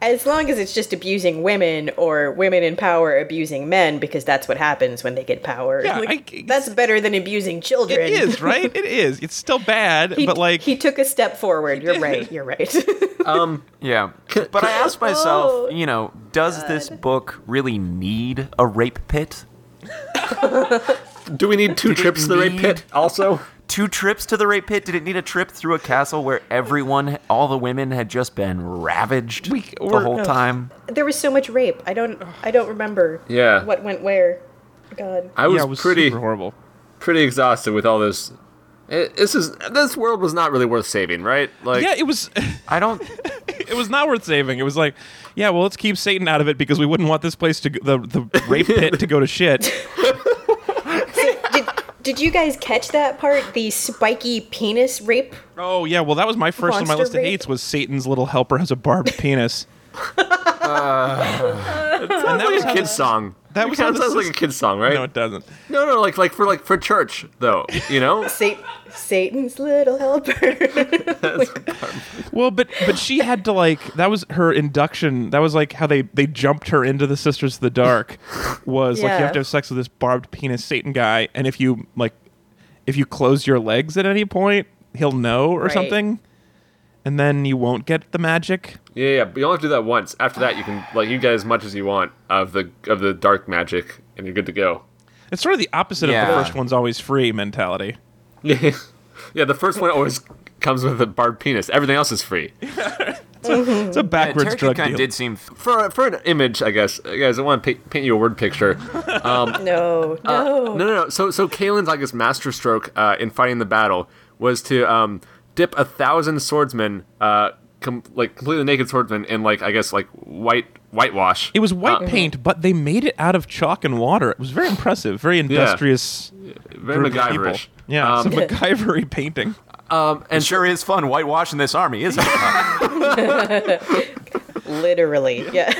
[SPEAKER 2] As long as it's just abusing women or women in power abusing men, because that's what happens when they get power.
[SPEAKER 1] Yeah,
[SPEAKER 2] Like,
[SPEAKER 1] I-
[SPEAKER 2] that's better than abusing children.
[SPEAKER 1] It is right. It is. It's still bad,
[SPEAKER 2] He,
[SPEAKER 1] but like
[SPEAKER 2] he took a step forward. You're
[SPEAKER 1] did.
[SPEAKER 2] right. You're right.
[SPEAKER 6] Yeah. But I asked myself,
[SPEAKER 2] Oh,
[SPEAKER 6] you know, does this book really need a rape pit?
[SPEAKER 5] Do we need two trips to the rape
[SPEAKER 6] need-
[SPEAKER 5] pit also?
[SPEAKER 6] Two trips to the rape pit? Did it need a trip through a castle where everyone, all the women had just been ravaged
[SPEAKER 1] We-
[SPEAKER 6] the
[SPEAKER 1] we're-
[SPEAKER 6] whole
[SPEAKER 1] Ugh.
[SPEAKER 6] time?
[SPEAKER 2] there was so much rape. I don't. I don't remember.
[SPEAKER 5] Yeah.
[SPEAKER 2] What went where? God.
[SPEAKER 5] I was,
[SPEAKER 1] yeah, it was
[SPEAKER 5] pretty
[SPEAKER 1] super horrible.
[SPEAKER 5] pretty exhausted with all this. It, this is this world was not really worth saving, right? Like
[SPEAKER 1] Yeah, it was.
[SPEAKER 6] I don't.
[SPEAKER 1] It was not worth saving. It was like, yeah, well, let's keep Satan out of it because we wouldn't want this place to go, the the rape pit to go to shit.
[SPEAKER 2] did, did you guys catch that part? The spiky penis rape?
[SPEAKER 1] Oh yeah, well, that was my first on my
[SPEAKER 2] Monster
[SPEAKER 1] list of
[SPEAKER 2] rape.
[SPEAKER 1] hates was Satan's little helper has a barbed penis. and that was
[SPEAKER 5] a
[SPEAKER 1] how-
[SPEAKER 5] kid's song.
[SPEAKER 1] That
[SPEAKER 5] That
[SPEAKER 1] was
[SPEAKER 5] was
[SPEAKER 1] how
[SPEAKER 5] sounds
[SPEAKER 1] this
[SPEAKER 5] like
[SPEAKER 1] is-
[SPEAKER 5] a kid's song, right?
[SPEAKER 1] no, it doesn't.
[SPEAKER 5] No, no, like like for like for church though, you know.
[SPEAKER 2] Sa- Satan's little helper.
[SPEAKER 1] Well, but but she had to like that was her induction. That was like how they they jumped her into the Sisters of the Dark. Was like you
[SPEAKER 2] Yeah.
[SPEAKER 1] have to have sex with this barbed penis Satan guy, and if you like, if you close your legs at any point, he'll know or
[SPEAKER 2] Right.
[SPEAKER 1] something, and then you won't get the magic.
[SPEAKER 5] yeah, yeah, but you only have to do that once. After that, you can like you get as much as you want of the of the dark magic, and you're good to go.
[SPEAKER 1] It's sort of the opposite of the
[SPEAKER 6] Yeah.
[SPEAKER 1] first one's always free mentality.
[SPEAKER 5] yeah, the first one always comes with a barbed penis. Everything else is free.
[SPEAKER 1] It's a
[SPEAKER 6] Yeah,
[SPEAKER 1] backwards
[SPEAKER 6] Terry
[SPEAKER 1] drug
[SPEAKER 6] Goodkind
[SPEAKER 1] deal.
[SPEAKER 6] did seem
[SPEAKER 5] For for an image, I guess, guys. I want to paint, paint you a word picture.
[SPEAKER 2] no, no.
[SPEAKER 5] No, no, no. So, so Kalen's, I guess, master stroke uh, in fighting the battle was to um, dip a thousand swordsmen uh, com- like completely naked swordsman in like I guess like white whitewash.
[SPEAKER 1] It was white
[SPEAKER 2] Uh-huh.
[SPEAKER 5] Uh,
[SPEAKER 1] paint, but they made it out of chalk and water. It was very impressive, very industrious.
[SPEAKER 5] very
[SPEAKER 1] group of people.
[SPEAKER 5] MacGyverish.
[SPEAKER 1] Yeah,
[SPEAKER 5] Um,
[SPEAKER 1] it's a MacGyvery painting.
[SPEAKER 5] um, and
[SPEAKER 6] It sure is fun whitewashing this army, isn't it?
[SPEAKER 2] Literally. Yeah.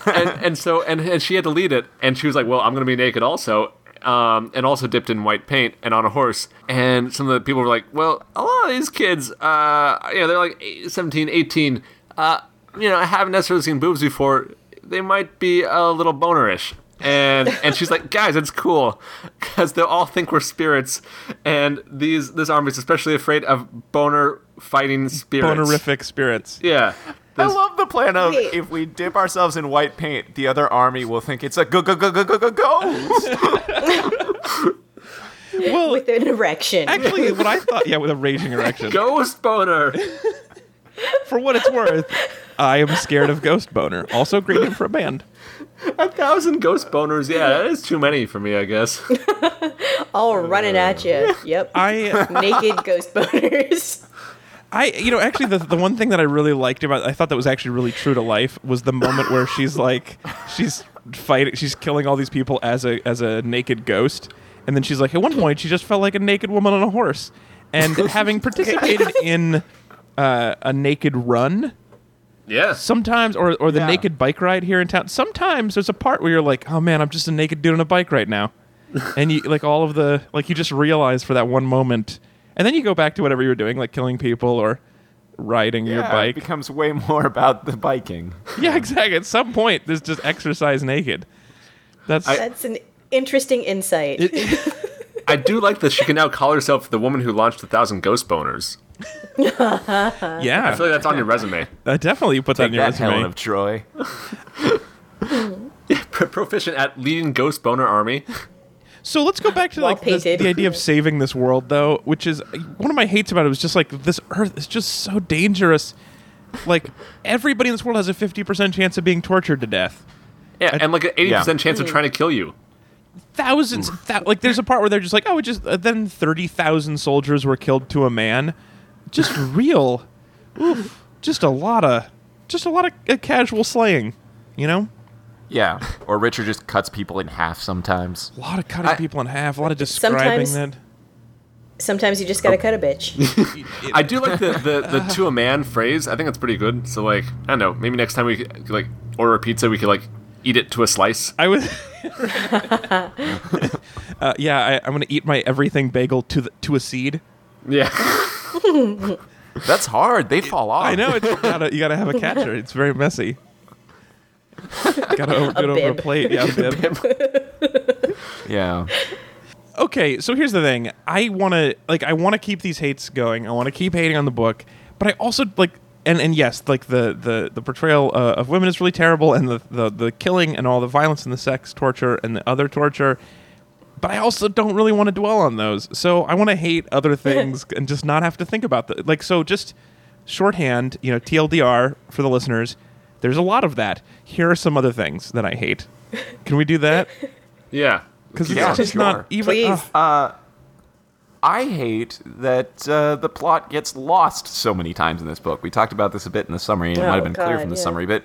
[SPEAKER 5] and, and so and, and she had to lead it and she was like well i'm gonna be naked also um, and also dipped in white paint and on a horse and some of the people were like well a lot of these kids uh, you know they're like eight- 17 18 uh, you know i haven't necessarily seen boobs before they might be a little bonerish and and she's like guys it's cool because they'll all think we're spirits and these this army's especially afraid of boner fighting spirits
[SPEAKER 1] Bonerific spirits.
[SPEAKER 5] yeah
[SPEAKER 6] I love the plan of
[SPEAKER 2] Wait.
[SPEAKER 6] if we dip ourselves in white paint, the other army will think it's a go go go go go go go.
[SPEAKER 1] Well,
[SPEAKER 2] With an erection.
[SPEAKER 1] actually, what I thought, yeah, with a raging erection.
[SPEAKER 5] ghost boner
[SPEAKER 1] For what it's worth, I am scared of Ghost Boner. Also, great name for a band.
[SPEAKER 5] A thousand ghost boners, yeah, that is too many for me, I guess.
[SPEAKER 2] All running at you. Yep.
[SPEAKER 1] I
[SPEAKER 2] Naked ghost boners.
[SPEAKER 1] I, you know, actually, the, the one thing that I really liked about, I thought that was actually really true to life, was the moment where she's like, she's fighting, she's killing all these people as a as a naked ghost, and then she's like, at one point, she just felt like a naked woman on a horse, and having participated in uh, a naked run
[SPEAKER 5] Yes.
[SPEAKER 1] sometimes, or or the
[SPEAKER 6] Yeah.
[SPEAKER 1] naked bike ride here in town, sometimes there's a part where you're like, oh man, I'm just a naked dude on a bike right now, and you like all of the like you just realize for that one moment, and then you go back to whatever you were doing, like killing people or riding your
[SPEAKER 6] Yeah,
[SPEAKER 1] bike.
[SPEAKER 6] It becomes way more about the biking.
[SPEAKER 1] yeah, exactly. At some point, there's just exercise naked. That's
[SPEAKER 2] That's an interesting insight.
[SPEAKER 5] I do like that she can now call herself the woman who launched a thousand ghost boners.
[SPEAKER 1] yeah.
[SPEAKER 5] I feel like that's on your resume.
[SPEAKER 1] that definitely puts that on your
[SPEAKER 6] That Helen
[SPEAKER 1] resume.
[SPEAKER 6] of Troy.
[SPEAKER 5] Proficient at leading ghost boner army.
[SPEAKER 1] So let's go back to like
[SPEAKER 2] Well
[SPEAKER 1] this, the
[SPEAKER 2] painted.
[SPEAKER 1] idea of saving this world, though, which is one of my hates about it was just like this Earth is just so dangerous. Like everybody in this world has a fifty percent chance of being tortured to death.
[SPEAKER 5] Yeah, and like an 80%
[SPEAKER 6] Yeah.
[SPEAKER 5] chance of trying to kill you.
[SPEAKER 1] Thousands, thou- like there's a part where they're just like, oh, it just uh, then thirty thousand soldiers were killed to a man. Just real, oof, just a lot of, just a lot of uh, casual slaying. You know,
[SPEAKER 6] Yeah. Or Richard just cuts people in half sometimes.
[SPEAKER 1] a lot of cutting
[SPEAKER 5] I-
[SPEAKER 1] people in half, a lot of describing
[SPEAKER 2] Sometimes-
[SPEAKER 1] that.
[SPEAKER 2] Sometimes you just
[SPEAKER 5] Oh.
[SPEAKER 2] gotta cut a bitch.
[SPEAKER 5] I do like the, the, the to a man phrase. I think that's pretty good. So, like, I don't know, maybe next time we could, like order a pizza, we could like eat it to a slice.
[SPEAKER 1] I was. uh, yeah, I, I'm gonna eat my everything bagel to the, to a seed.
[SPEAKER 5] Yeah.
[SPEAKER 6] That's hard. They fall off.
[SPEAKER 1] I know it's, you, gotta, you gotta have a catcher. It's very messy. gotta over, do it over a
[SPEAKER 2] bib.
[SPEAKER 1] plate. Yeah, a bib.
[SPEAKER 6] Yeah.
[SPEAKER 1] Okay, so here's the thing. I want to like I want to keep these hates going. I want to keep hating on the book, but I also like and and yes, like the the the portrayal uh, of women is really terrible and the, the the killing and all the violence and the sex torture and the other torture. But I also don't really want to dwell on those. So I want to hate other things and just not have to think about the like so just shorthand, you know, TLDR for the listeners. There's a lot of that. Here are some other things that I hate. Can we do that?
[SPEAKER 5] Yeah.
[SPEAKER 1] Because
[SPEAKER 6] Yeah,
[SPEAKER 1] it's just
[SPEAKER 6] sure.
[SPEAKER 1] not even.
[SPEAKER 2] Please.
[SPEAKER 1] ugh.
[SPEAKER 6] I hate that uh, the plot gets lost so many times in this book. We talked about this a bit in the summary, and it
[SPEAKER 2] Oh,
[SPEAKER 6] might have been clear
[SPEAKER 2] God,
[SPEAKER 6] from the
[SPEAKER 2] yeah.
[SPEAKER 6] summary, but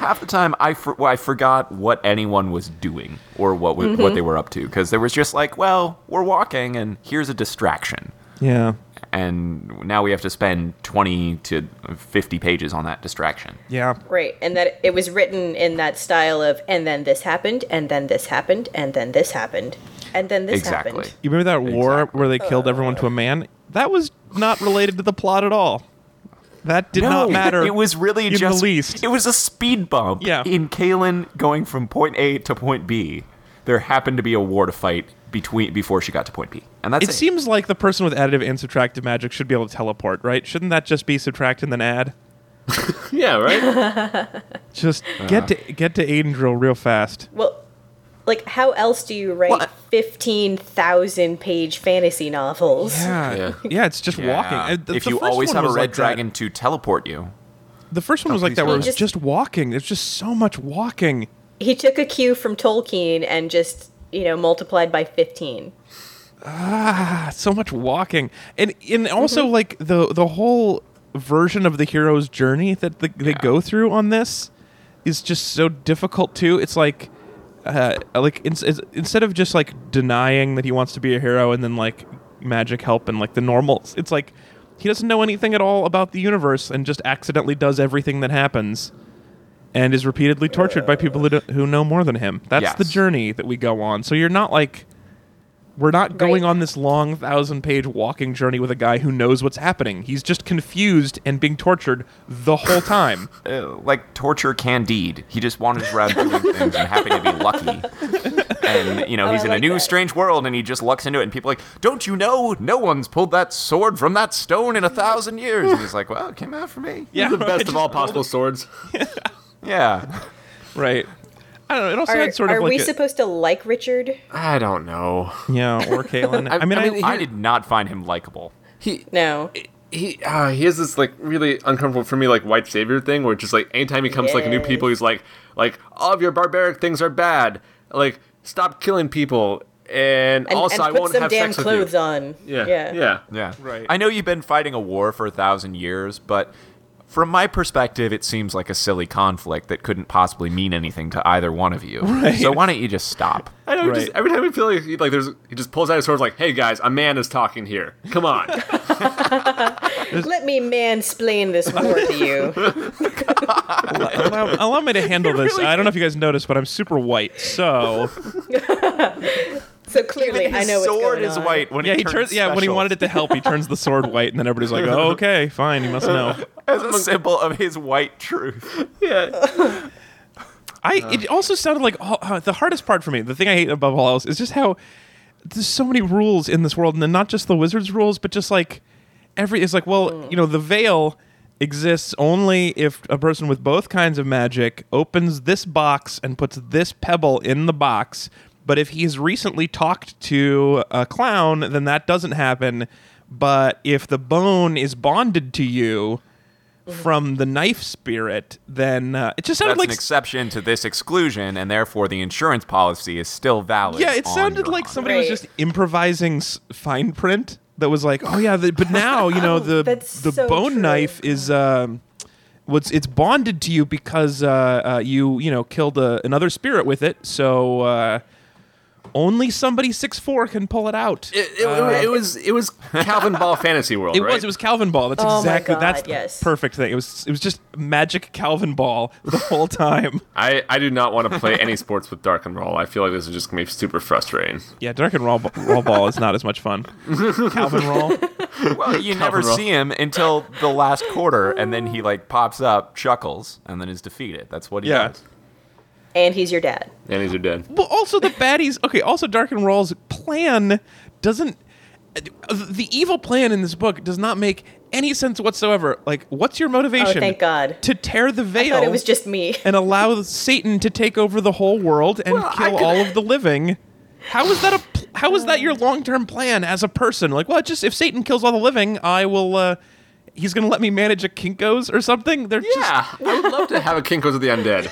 [SPEAKER 6] half the time I, for- well, I forgot what anyone was doing or what w-
[SPEAKER 2] Mm-hmm.
[SPEAKER 6] what they were up to because there was just like, well, we're walking, and here's a distraction,
[SPEAKER 1] yeah.
[SPEAKER 6] and now we have to spend twenty to fifty pages on that distraction.
[SPEAKER 1] Yeah.
[SPEAKER 2] Right, and that it was written in that style of, and then this happened, and then this happened, and then this happened, and then this
[SPEAKER 6] exactly.
[SPEAKER 2] happened.
[SPEAKER 1] You remember that war
[SPEAKER 6] Exactly.
[SPEAKER 1] where they killed everyone to a man? That was not related to the plot at all. That did not matter.
[SPEAKER 6] It was really
[SPEAKER 1] in
[SPEAKER 6] just
[SPEAKER 1] the least.
[SPEAKER 6] It was a speed bump.
[SPEAKER 1] Yeah.
[SPEAKER 6] In Kalen going from point A to point B, there happened to be a war to fight between before she got to point B, and that's
[SPEAKER 1] It
[SPEAKER 6] it.
[SPEAKER 1] seems like the person with additive and subtractive magic should be able to teleport, right? Shouldn't that just be subtract and then add?
[SPEAKER 5] Yeah, right?
[SPEAKER 1] Just get to get to Aiden Drill real fast.
[SPEAKER 2] Well, like how else do you write
[SPEAKER 6] What?
[SPEAKER 2] fifteen thousand page fantasy novels?
[SPEAKER 1] Yeah.
[SPEAKER 5] Yeah.
[SPEAKER 1] yeah, it's just walking.
[SPEAKER 6] Yeah.
[SPEAKER 1] Uh, the-
[SPEAKER 6] if
[SPEAKER 1] the
[SPEAKER 6] you
[SPEAKER 1] first
[SPEAKER 6] always
[SPEAKER 1] one
[SPEAKER 6] have a
[SPEAKER 1] was
[SPEAKER 6] red
[SPEAKER 1] like that.
[SPEAKER 6] dragon to teleport you,
[SPEAKER 1] the first one was like
[SPEAKER 6] please
[SPEAKER 1] that, where
[SPEAKER 6] go
[SPEAKER 1] it was
[SPEAKER 2] ahead.
[SPEAKER 1] just walking. There's just so much walking.
[SPEAKER 2] He took a cue from Tolkien and just you know multiplied by fifteen.
[SPEAKER 1] Ah, so much walking and and also like the the whole version of the hero's journey that the, they go through on this is just so difficult too. It's like, uh, like in, is- instead of just like denying that he wants to be a hero and then like magic help and like the normal, it's like he doesn't know anything at all about the universe and just accidentally does everything that happens. And is repeatedly tortured by people who, do, who know more than him. That's the
[SPEAKER 6] Yes.
[SPEAKER 1] journey that we go on. So you're not like we're not going
[SPEAKER 2] Right.
[SPEAKER 1] on this long thousand page walking journey with a guy who knows what's happening. He's just confused and being tortured the whole time.
[SPEAKER 6] Uh, like torture Candide. He just wanders around doing things and happy to be lucky. And you
[SPEAKER 1] Oh,
[SPEAKER 6] know he's
[SPEAKER 2] I
[SPEAKER 6] in a
[SPEAKER 2] like
[SPEAKER 6] new
[SPEAKER 2] that.
[SPEAKER 6] strange world, and he just lucks into it. And people are like, "Don't you know? No one's pulled that sword from that stone in a thousand years." And he's like, "Well, it came out for me."
[SPEAKER 1] yeah,
[SPEAKER 5] the
[SPEAKER 1] right,
[SPEAKER 5] best of
[SPEAKER 1] just
[SPEAKER 5] all
[SPEAKER 1] pulled
[SPEAKER 5] possible swords.
[SPEAKER 6] yeah.
[SPEAKER 1] it- Right. I don't know. It also
[SPEAKER 2] Are,
[SPEAKER 1] had sort
[SPEAKER 2] are
[SPEAKER 1] of like
[SPEAKER 2] we
[SPEAKER 1] a-
[SPEAKER 2] supposed to like Richard?
[SPEAKER 5] I don't know.
[SPEAKER 1] yeah, or Kalen. I, mean, I,
[SPEAKER 5] mean,
[SPEAKER 6] I did not find him likable.
[SPEAKER 5] He
[SPEAKER 2] No.
[SPEAKER 5] he uh, he has this like really uncomfortable for me like white savior thing where just like anytime he comes to, like new people he's like like all of your barbaric things are bad like stop killing people and,
[SPEAKER 2] And,
[SPEAKER 5] also
[SPEAKER 2] and
[SPEAKER 5] I
[SPEAKER 2] put
[SPEAKER 5] won't
[SPEAKER 2] some
[SPEAKER 5] have
[SPEAKER 2] damn
[SPEAKER 5] sex
[SPEAKER 2] clothes
[SPEAKER 5] with you.
[SPEAKER 2] on. Yeah.
[SPEAKER 5] Yeah, yeah, yeah.
[SPEAKER 6] Yeah.
[SPEAKER 1] Right.
[SPEAKER 6] I know you've been fighting a war for a thousand years, but from my perspective, it seems like a silly conflict that couldn't possibly mean anything to either one of you. So why don't you just stop?
[SPEAKER 5] I know. Just,
[SPEAKER 1] Right.
[SPEAKER 5] every time we feel like he, like there's he just pulls out his sword like hey guys a man is talking here come on
[SPEAKER 2] Let me mansplain this more to you.
[SPEAKER 1] allow, allow me to handle this. I don't know if you guys noticed, but I'm super white. So
[SPEAKER 2] So clearly, I know
[SPEAKER 6] His
[SPEAKER 2] what's
[SPEAKER 6] sword
[SPEAKER 2] going
[SPEAKER 6] is
[SPEAKER 2] on.
[SPEAKER 6] white when
[SPEAKER 1] yeah,
[SPEAKER 6] he,
[SPEAKER 1] he turns. Yeah, when he wanted it to help, he turns the sword white, and then everybody's like, "Oh, okay, fine. He must know."
[SPEAKER 6] as a symbol of his white truth.
[SPEAKER 5] yeah
[SPEAKER 1] I
[SPEAKER 6] Uh-huh.
[SPEAKER 1] it also sounded like all, uh, the hardest part for me. The thing I hate above all else is just how there's so many rules in this world, and then not just the wizards' rules, but just like every it's like well,
[SPEAKER 6] Mm.
[SPEAKER 1] you know, the veil exists only if a person with both kinds of magic opens this box and puts this pebble in the box. But if he's recently talked to a clown, then that doesn't happen. But if the bone is bonded to you from the knife spirit, then uh, it just sounded like
[SPEAKER 6] Mm-hmm. That's an exception to this exclusion, and therefore the insurance policy is still valid.
[SPEAKER 1] Yeah, it
[SPEAKER 6] on
[SPEAKER 1] sounded
[SPEAKER 6] your
[SPEAKER 1] like
[SPEAKER 6] honor.
[SPEAKER 1] somebody
[SPEAKER 2] Right.
[SPEAKER 1] was just improvising s- fine print that was like, oh yeah, the, but now you know the
[SPEAKER 2] Oh, that's
[SPEAKER 1] the
[SPEAKER 2] so
[SPEAKER 1] bone
[SPEAKER 2] true.
[SPEAKER 1] knife is um, what's it's bonded to you because uh, uh, you you know killed a, another spirit with it, so. Uh, only somebody six four can pull it out. It,
[SPEAKER 5] it, it, it was it was Calvin Ball fantasy world right
[SPEAKER 1] was it was Calvin Ball. That's
[SPEAKER 2] Oh my
[SPEAKER 1] exactly
[SPEAKER 2] God,
[SPEAKER 1] that's the
[SPEAKER 2] yes.
[SPEAKER 1] perfect thing. It was it was just magic Calvin Ball the whole time.
[SPEAKER 5] I I do not want to play any sports with Dark and Roll I feel like this is just gonna be super frustrating
[SPEAKER 1] yeah, Dark and Raw, Raw Ball is not as much fun. Calvin Raw.
[SPEAKER 6] Well, you never
[SPEAKER 5] Coverall.
[SPEAKER 6] see him until the last quarter, and then he like pops up, chuckles, and then is defeated. That's what he
[SPEAKER 1] Yeah.
[SPEAKER 6] does.
[SPEAKER 2] And he's your dad.
[SPEAKER 5] and these are dead
[SPEAKER 1] Well, also the baddies. Okay, also Dark and Rawl's plan doesn't. The evil plan in this book does not make any sense whatsoever. Like, what's your motivation?
[SPEAKER 2] Oh, thank God.
[SPEAKER 1] To tear the
[SPEAKER 2] I
[SPEAKER 1] veil.
[SPEAKER 2] thought it was just me.
[SPEAKER 1] and allow Satan to take over the whole world and
[SPEAKER 5] Well, I
[SPEAKER 1] kill
[SPEAKER 5] could-
[SPEAKER 1] all of the living. How is that a? pl- How is that your long-term plan as a person? Like, well, it's just if Satan kills all the living, I will. uh He's gonna let me manage a Kinkos or something. They're just
[SPEAKER 5] yeah I would love to have a Kinkos of the undead.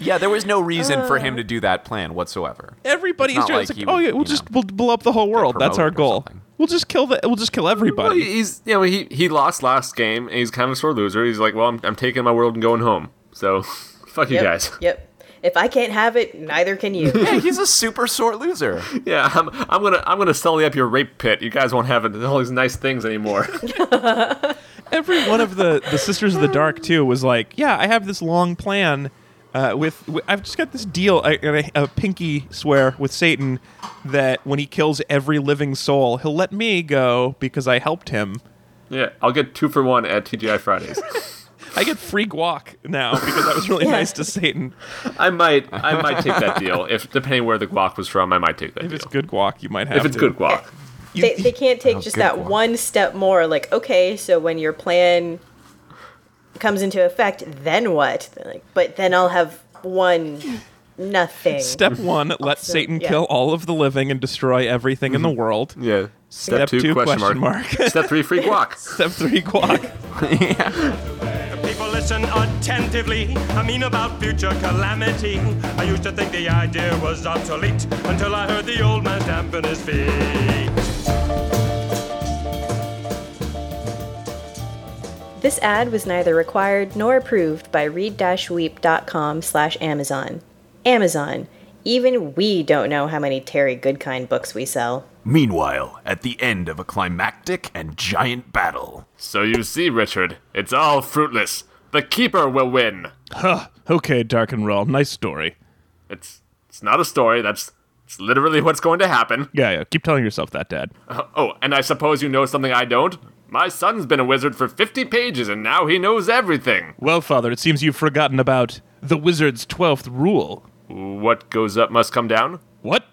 [SPEAKER 6] Yeah, there was no reason for him to do that plan whatsoever.
[SPEAKER 1] everybody's
[SPEAKER 6] It's not
[SPEAKER 1] doing. it's
[SPEAKER 6] like
[SPEAKER 1] like,
[SPEAKER 6] he
[SPEAKER 1] oh
[SPEAKER 6] would,
[SPEAKER 1] yeah, we'll
[SPEAKER 6] you
[SPEAKER 1] just
[SPEAKER 6] know,
[SPEAKER 1] we'll blow up the whole world. That's our
[SPEAKER 6] promoted or
[SPEAKER 1] goal.
[SPEAKER 6] something.
[SPEAKER 1] We'll just kill the. We'll just kill
[SPEAKER 5] Well,
[SPEAKER 1] everybody.
[SPEAKER 5] he's you know he he lost last game and he's kind of a sore loser. He's like, well, I'm, I'm taking my world and going home. So fuck you
[SPEAKER 2] Yep.
[SPEAKER 5] guys.
[SPEAKER 2] Yep. If I can't have it, neither can you.
[SPEAKER 6] Yeah, he's a super sore loser.
[SPEAKER 5] Yeah, I'm I'm gonna I'm gonna sully up your rape pit. You guys won't have all these nice things anymore.
[SPEAKER 1] Every one of the the sisters of the dark too was like, yeah, I have this long plan. Uh, with, wi- I've just got this deal, I- and a, a pinky swear with Satan that when he kills every living soul, he'll let me go because I helped him.
[SPEAKER 5] yeah, I'll get two for one at TGI Fridays.
[SPEAKER 1] I get free guac now because I was really nice to Satan.
[SPEAKER 5] I might I might take that deal if depending where the guac was from. I might take that
[SPEAKER 1] If
[SPEAKER 5] deal.
[SPEAKER 1] it's good guac, you might have.
[SPEAKER 5] if it's
[SPEAKER 1] to.
[SPEAKER 5] good guac.
[SPEAKER 1] You-
[SPEAKER 2] they, they can't take
[SPEAKER 6] Oh,
[SPEAKER 2] just
[SPEAKER 6] good
[SPEAKER 2] that
[SPEAKER 6] one.
[SPEAKER 2] one step more. Like, okay, so when your plan comes into effect, then what? They're Like, but then I'll have one nothing.
[SPEAKER 1] Step one: let Satan
[SPEAKER 2] yeah.
[SPEAKER 1] kill all of the living and destroy everything
[SPEAKER 6] Mm-hmm.
[SPEAKER 1] in the world.
[SPEAKER 5] Yeah. Step, two, question, mark. Step three free guac.
[SPEAKER 1] Step three: guac.
[SPEAKER 7] People listen attentively. I mean about future calamity. I used to think the idea was obsolete until I heard the old man stamping his feet.
[SPEAKER 2] This ad was neither required nor approved by read-weep.com slash Amazon. Amazon. Even we don't know how many Terry Goodkind books we sell.
[SPEAKER 6] Meanwhile, at the end of a climactic and giant battle,
[SPEAKER 5] So you see, Richard, it's all fruitless. The keeper will win.
[SPEAKER 1] Okay, Dark and Roll. Nice story.
[SPEAKER 5] It's it's not a story. That's it's literally what's going to happen.
[SPEAKER 1] Yeah, yeah. Keep telling yourself that, Dad.
[SPEAKER 5] Oh, and I suppose you know something I don't. My son's been a wizard for 50 pages and now he knows everything.
[SPEAKER 1] Well, Father, it seems you've forgotten about the wizard's 12th rule.
[SPEAKER 5] What goes up must come down?
[SPEAKER 1] What?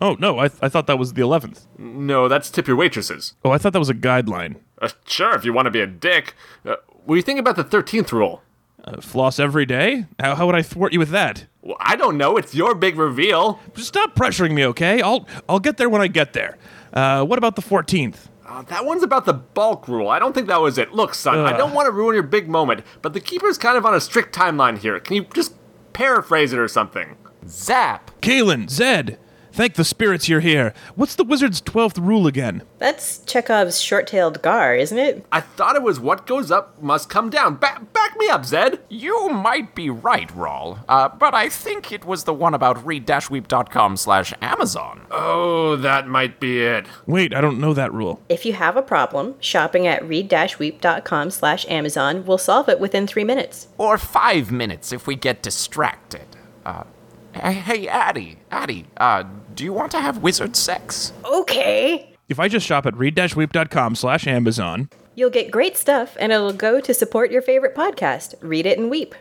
[SPEAKER 1] Oh, no, I, I thought that was the 11th.
[SPEAKER 5] No, that's tip your waitresses.
[SPEAKER 1] Oh, I thought that was a guideline.
[SPEAKER 5] Uh, sure, if you want to be a dick. Uh, what do you think about the 13th rule?
[SPEAKER 1] Uh, floss every day? How, how would I thwart you with that?
[SPEAKER 5] Well, I don't know. It's your big reveal.
[SPEAKER 1] Just stop pressuring me, okay? I'll, I'll get there when I get there. Uh, what about the 14th?
[SPEAKER 5] Uh, that one's about the bulk rule. I don't think that was it. Look, son, I don't want to ruin your big moment, but the keeper's kind of on a strict timeline here. Can you just paraphrase it or something?
[SPEAKER 6] zap!
[SPEAKER 1] Kalen, Zed, thank the spirits you're here. What's the wizard's 12th rule again?
[SPEAKER 2] That's Chekhov's short-tailed gar, isn't it?
[SPEAKER 5] I thought it was what goes up must come down. Ba- back me up, Zed.
[SPEAKER 6] You might be right, Rawl, uh, but I think it was the one about read-weep.com slash Amazon. Uh,
[SPEAKER 5] Oh, that might be it.
[SPEAKER 1] Wait, I don't know that rule.
[SPEAKER 2] If you have a problem, shopping at read-weep.com slash Amazon will solve it within three minutes.
[SPEAKER 6] Or five minutes if we get distracted. Uh, hey, hey, Addy, Addy, uh, do you want to have wizard sex?
[SPEAKER 2] Okay.
[SPEAKER 1] If I just shop at read-weep.com slash Amazon,
[SPEAKER 2] You'll get great stuff and it'll go to support your favorite podcast, Read It and Weep.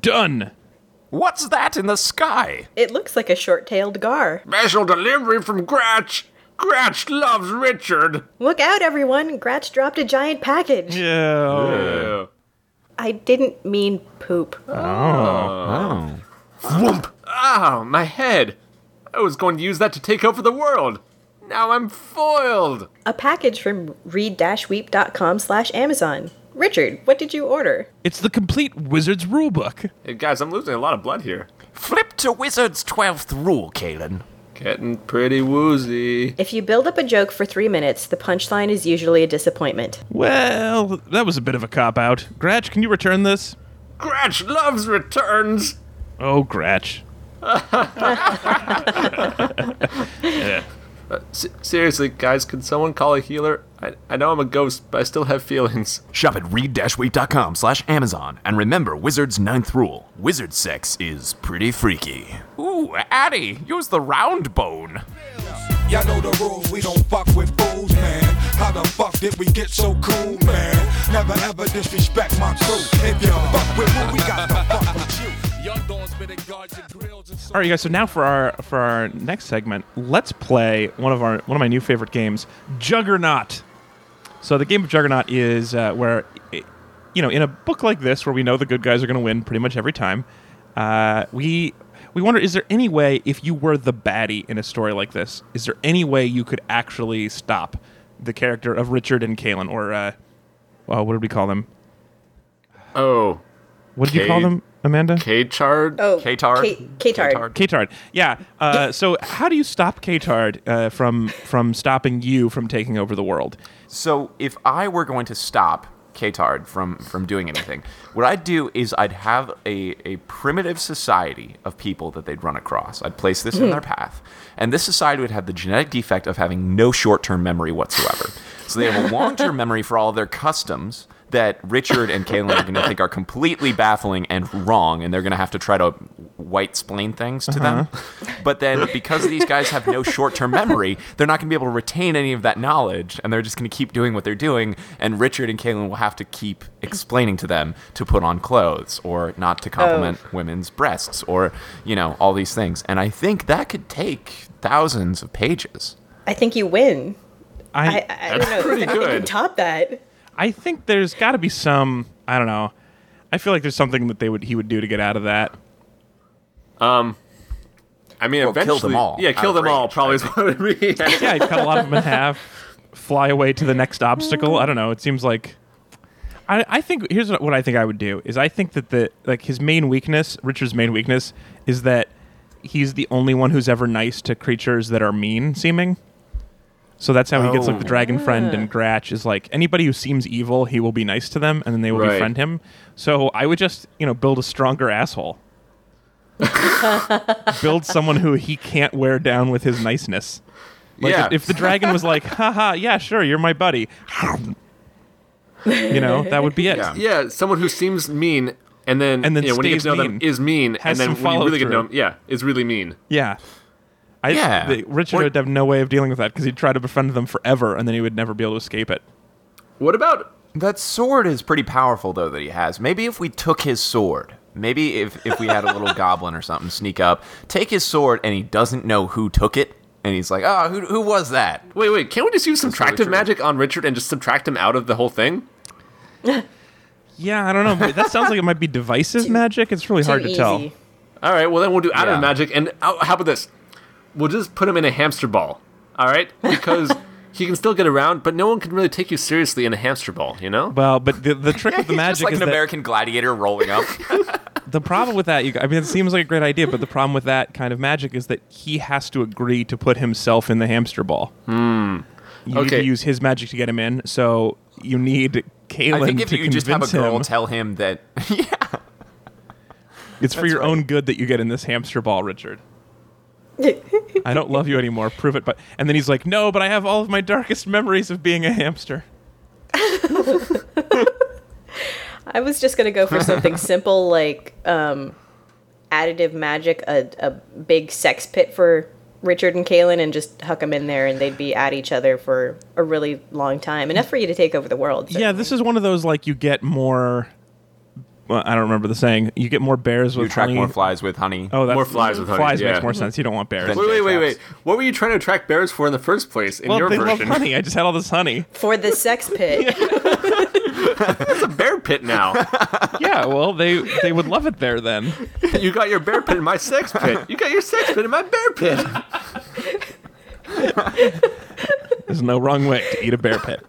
[SPEAKER 1] done.
[SPEAKER 6] What's that in the sky?
[SPEAKER 2] It looks like a short-tailed gar.
[SPEAKER 5] Special delivery from Gratch. Gratch loves Richard.
[SPEAKER 2] Look out, everyone! Gratch dropped a giant package.
[SPEAKER 1] Yeah.
[SPEAKER 2] I didn't mean poop.
[SPEAKER 5] Oh, my head. I was going to use that to take over the world. Now I'm foiled.
[SPEAKER 2] A package from read-weep.com slash Amazon. Richard, what did you order?
[SPEAKER 1] It's the complete wizard's rulebook.
[SPEAKER 5] Hey, guys, I'm losing a lot of blood here.
[SPEAKER 6] Flip to wizard's 12th rule, Kalen.
[SPEAKER 5] Getting pretty woozy.
[SPEAKER 2] If you build up a joke for three minutes, the punchline is usually a disappointment.
[SPEAKER 1] Well, that was a bit of a cop out. Gratch, can you return this?
[SPEAKER 5] Gratch loves returns.
[SPEAKER 1] Oh, Gratch.
[SPEAKER 5] S- seriously, guys, can someone call a healer? I-, I know I'm a ghost, but I still have feelings.
[SPEAKER 6] Shop at read-weep.com slash Amazon. And remember Wizard's ninth rule. Wizard sex is pretty freaky. Ooh, Addy, use the round bone.
[SPEAKER 8] Y'all know the rules, we don't fuck with fools, man. How the fuck did we get so cool, man? Never ever disrespect my crew. If you fuck with who, we got to fuck with you. Young dogs better guard your grills and so
[SPEAKER 1] All right, you guys. So now for our for our next segment, let's play one of our one of my new favorite games, Juggernaut. So the game of Juggernaut is uh, where, i- you know, in a book like this, where we know the good guys are going to win pretty much every time, uh, we we wonder is there any way if you were the baddie in a story like this, is there any way you could actually stop the character of Richard and Kalen or uh, well, what did we call them?
[SPEAKER 5] Oh,
[SPEAKER 1] What did you call
[SPEAKER 5] Kay-
[SPEAKER 1] them, Amanda?
[SPEAKER 5] K-Chard?
[SPEAKER 2] Oh,
[SPEAKER 6] K-Tard?
[SPEAKER 2] K- K-Tard.
[SPEAKER 6] K-Tard.
[SPEAKER 1] K-Tard. Yeah. Uh, so how do you stop K-Tard uh, from from stopping you from taking over the world?
[SPEAKER 6] So if I were going to stop Katard from from doing anything, what I'd do is I'd have a, a primitive society of people that they'd run across. I'd place this
[SPEAKER 2] Mm-hmm.
[SPEAKER 6] in their path. And this society would have the genetic defect of having no short term memory whatsoever. So they have a long term memory for all of their customs that Richard and Caitlin are going to think are completely baffling and wrong, and they're going to have to try to white splain things to them. But then, because these guys have no short term memory, they're not going to be able to retain any of that knowledge, and they're just going to keep doing what they're doing. And Richard and Caitlin will have to keep explaining to them to put on clothes or not to compliment women's breasts or, you know, all these things. And I think that could take thousands of pages.
[SPEAKER 2] I think you win.
[SPEAKER 1] I
[SPEAKER 2] I, I don't know.
[SPEAKER 5] pretty
[SPEAKER 2] I think you
[SPEAKER 5] good.
[SPEAKER 2] can top that.
[SPEAKER 1] I think there's got to be some. I don't know. I feel like there's something that they would he would do to get out of that.
[SPEAKER 5] I mean,
[SPEAKER 6] Well, kill them
[SPEAKER 5] eventually.
[SPEAKER 6] all
[SPEAKER 5] Yeah,
[SPEAKER 6] out
[SPEAKER 5] kill
[SPEAKER 6] of
[SPEAKER 5] them all,
[SPEAKER 6] rage,
[SPEAKER 5] probably is what it would be.
[SPEAKER 1] Yeah, he'd cut a lot of them in half, fly away to the next obstacle. I don't know. It seems like. I, I think here's what I think I would do is I think that the like his main weakness, Richard's main weakness, is that he's the only one who's ever nice to creatures that are mean seeming. So that's how he gets like the
[SPEAKER 6] Oh.
[SPEAKER 1] dragon friend and Gratch is like anybody who seems evil, he will be nice to them and then they will
[SPEAKER 5] Right.
[SPEAKER 1] befriend him. So I would just, you know, build a stronger asshole. build someone who he can't wear down with his niceness. Like
[SPEAKER 5] yeah.
[SPEAKER 1] if, if the dragon was like, haha, yeah, sure, you're my buddy. you know, that would be it.
[SPEAKER 6] Yeah.
[SPEAKER 5] yeah, someone who seems mean and then,
[SPEAKER 1] And then
[SPEAKER 5] you know, when you get to
[SPEAKER 1] stays
[SPEAKER 5] know
[SPEAKER 1] mean.
[SPEAKER 5] them is mean
[SPEAKER 1] Has
[SPEAKER 5] and
[SPEAKER 1] some
[SPEAKER 5] then when you really get to know
[SPEAKER 1] follow-through.
[SPEAKER 5] them, yeah, is really mean.
[SPEAKER 1] Yeah. I,
[SPEAKER 6] Yeah.
[SPEAKER 1] the- Richard
[SPEAKER 6] Or-
[SPEAKER 1] would have no way of dealing with that because he'd try to befriend them forever and then he would never be able to escape it.
[SPEAKER 5] What about
[SPEAKER 6] That sword is pretty powerful, though, that he has. Maybe if we took his sword, maybe if, if we had a little goblin or something sneak up, take his sword, and he doesn't know who took it, and he's like, oh, who, who was that?
[SPEAKER 5] Wait, wait, can't we just use subtractive
[SPEAKER 6] Richard.
[SPEAKER 5] magic on Richard and just subtract him out of the whole thing?
[SPEAKER 1] Yeah, I don't know. but That sounds like it might be divisive magic. It's really
[SPEAKER 2] Too
[SPEAKER 1] hadaard to tell.
[SPEAKER 2] easy.
[SPEAKER 5] All right, well then we'll do out
[SPEAKER 6] Yeah.
[SPEAKER 5] of magic, and oh, how about this? We'll just put him in a hamster ball. All right, because he can still get around, but no one can really take you seriously in a hamster ball. You know?
[SPEAKER 1] Well, but the, the trick with the
[SPEAKER 6] He's
[SPEAKER 1] magic
[SPEAKER 6] just like
[SPEAKER 1] is
[SPEAKER 6] an
[SPEAKER 1] that
[SPEAKER 6] American gladiator rolling up.
[SPEAKER 1] the problem with that, you, g- I mean, it seems like a great idea, but the problem with that kind of magic is that he has to agree to put himself in the hamster ball. Hmm. You need
[SPEAKER 5] Okay.
[SPEAKER 1] to use his magic to get him in, so you need Kalen
[SPEAKER 6] I think if
[SPEAKER 1] to
[SPEAKER 6] you
[SPEAKER 1] convince
[SPEAKER 6] just have a girl
[SPEAKER 1] him.
[SPEAKER 6] tell him that,
[SPEAKER 1] it's for your own good that you get in this hamster ball, Richard. I don't love you anymore. Prove it. But and then he's like, "No, but I have all of my darkest memories of being a hamster."
[SPEAKER 2] I was just gonna go for something simple like um, additive magic, a, a big sex pit for Richard and Kalen, and just huck them in there, and they'd be at each other for a really long time, enough for you to take over the world.
[SPEAKER 1] Yeah, this is one of those like you get more. Well, I don't remember the saying. You get more bears with
[SPEAKER 6] you track
[SPEAKER 1] honey.
[SPEAKER 6] more flies with honey.
[SPEAKER 1] Oh, that's,
[SPEAKER 5] More flies with honey,
[SPEAKER 1] Flies
[SPEAKER 5] yeah.
[SPEAKER 1] makes more sense. You don't want bears.
[SPEAKER 6] Then-
[SPEAKER 5] wait, wait, wait,
[SPEAKER 6] traps.
[SPEAKER 5] wait. What were you trying to attract bears for in the first place? In
[SPEAKER 1] well,
[SPEAKER 5] your
[SPEAKER 1] they love
[SPEAKER 5] version,
[SPEAKER 1] honey. I just had all this honey.
[SPEAKER 2] For the sex pit,
[SPEAKER 5] it's a bear pit now.
[SPEAKER 1] yeah, well, they they would love it there then.
[SPEAKER 5] you got your bear pit in my sex pit. You got your sex pit in my bear pit.
[SPEAKER 1] There's no wrong way to eat a bear pit.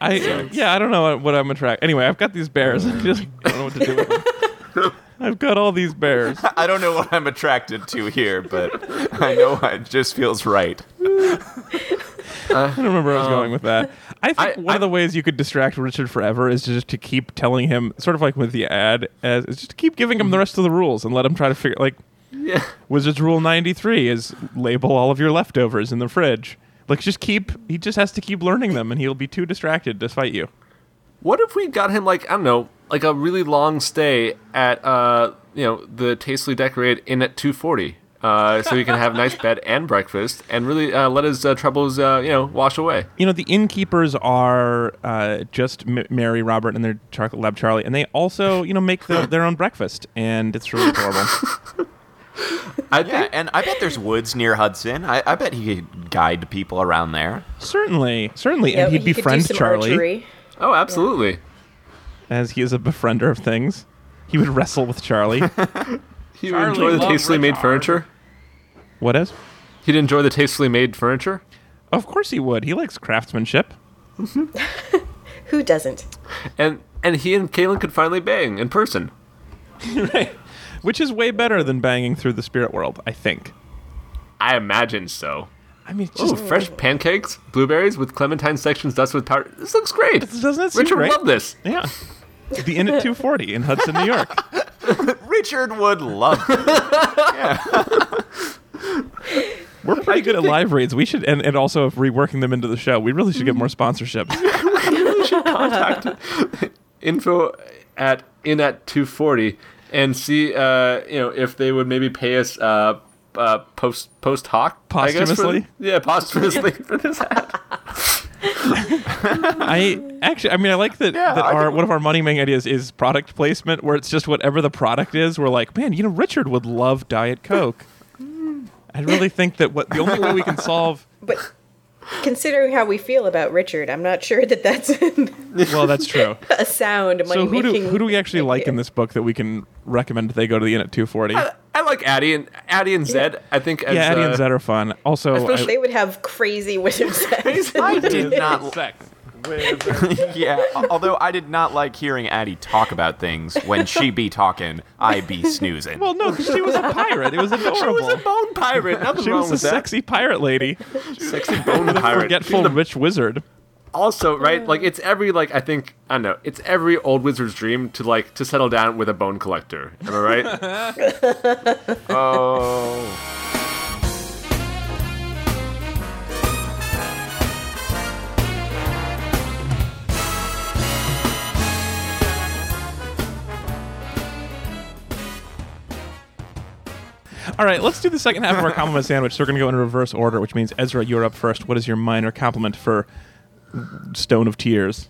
[SPEAKER 1] I yeah, I don't know what I'm attract. Anyway, I've got these bears. I just don't know what to do with them. I've got all these bears.
[SPEAKER 6] I don't know what I'm attracted to here, but I know it just feels right.
[SPEAKER 1] I don't remember where I was going with that. I think
[SPEAKER 5] I-
[SPEAKER 1] one
[SPEAKER 5] I-
[SPEAKER 1] of the ways you could distract Richard forever is just to keep telling him, sort of like with the ad, as is just to keep giving him the rest of the rules and let him try to figure. Like,
[SPEAKER 5] Yeah.
[SPEAKER 1] Wizard's Rule ninety three is label all of your leftovers in the fridge. Like, just keep. He just has to keep learning them, and he'll be too distracted to fight you.
[SPEAKER 5] What if we got him like I don't know, like a really long stay at uh you know the tastefully decorated inn at two forty, uh so he can have a nice bed and breakfast and really uh, let his uh, troubles uh you know wash away.
[SPEAKER 1] You know, the innkeepers are uh, just M- Mary, Robert, and their chocolate lab Charlie, and they also, you know, make the, their own breakfast, and it's really adorable.
[SPEAKER 5] I
[SPEAKER 6] Yeah,
[SPEAKER 5] think
[SPEAKER 6] and I bet there's woods near Hudson. I, I bet he could guide people around there.
[SPEAKER 1] certainly, certainly,
[SPEAKER 2] Yeah,
[SPEAKER 1] and
[SPEAKER 2] he
[SPEAKER 1] he'd
[SPEAKER 2] could do
[SPEAKER 1] befriend
[SPEAKER 2] some
[SPEAKER 1] Charlie.
[SPEAKER 2] archery.
[SPEAKER 5] oh absolutely.
[SPEAKER 1] as he is a befriender of things. He would wrestle with Charlie.
[SPEAKER 5] He would enjoy the
[SPEAKER 1] love
[SPEAKER 5] tastefully made furniture.
[SPEAKER 1] what is?
[SPEAKER 5] He'd enjoy the tastefully made furniture.
[SPEAKER 1] Of course he would. He likes craftsmanship.
[SPEAKER 2] Who doesn't?
[SPEAKER 5] And and he and Kaylin could finally bang in person.
[SPEAKER 1] Which is way better than banging through the spirit world, I think.
[SPEAKER 5] I imagine so.
[SPEAKER 1] I mean, it's
[SPEAKER 5] Ooh,
[SPEAKER 1] just
[SPEAKER 5] fresh pancakes, blueberries with clementine sections dusted with powder. This looks great.
[SPEAKER 1] doesn't it seem
[SPEAKER 5] Richard
[SPEAKER 1] great?
[SPEAKER 5] loved this.
[SPEAKER 1] Yeah. The Inn at 240 in Hudson, New York.
[SPEAKER 6] Richard would love it.
[SPEAKER 1] We're pretty good at live reads. We should, and, and also if reworking them into the show, we really should get more sponsorships.
[SPEAKER 5] info at in at 240 and see uh you know if they would maybe pay us uh uh post post hoc I guess, for-
[SPEAKER 1] Posthumously?
[SPEAKER 5] yeah posthumously for this ad.
[SPEAKER 1] I actually, I mean, I like that, that
[SPEAKER 6] I
[SPEAKER 1] our,
[SPEAKER 6] think-
[SPEAKER 1] one of our money making ideas is product placement, where it's just whatever the product is. We're like, man, you know, Richard would love Diet Coke. I really think that what the only way we can solve
[SPEAKER 2] But considering how we feel about Richard, I'm not sure that that's
[SPEAKER 1] Well, that's true.
[SPEAKER 2] a sound money
[SPEAKER 1] so who do
[SPEAKER 2] making.
[SPEAKER 1] who do we actually like in this book that we can recommend that they go to the inn at 240?
[SPEAKER 5] I like Addie and Addie and Zed I think as,
[SPEAKER 1] yeah, Eddie and
[SPEAKER 5] uh,
[SPEAKER 1] Zed are fun. Also, I,
[SPEAKER 5] especially-
[SPEAKER 2] They would have crazy wizard sex.
[SPEAKER 6] I did not.
[SPEAKER 1] sex.
[SPEAKER 6] yeah. al- Although I did not like hearing Addie talk about things when she be talking, I be snoozing.
[SPEAKER 1] Well, no, 'cause she was a pirate. It was adorable.
[SPEAKER 5] She was a bone pirate. Nothing
[SPEAKER 1] She
[SPEAKER 5] wrong
[SPEAKER 1] was a
[SPEAKER 5] with that.
[SPEAKER 1] sexy pirate lady,
[SPEAKER 5] sexy bone pirate.
[SPEAKER 1] forgetful rich wizard.
[SPEAKER 5] also right like it's every like i think i don't know it's every old wizard's dream to like to settle down with a bone collector am i right
[SPEAKER 6] oh.
[SPEAKER 1] All right, let's do the second half of our compliment sandwich. So we're going to go in reverse order, which means Ezra, you're up first. What is your minor compliment for Stone of Tears?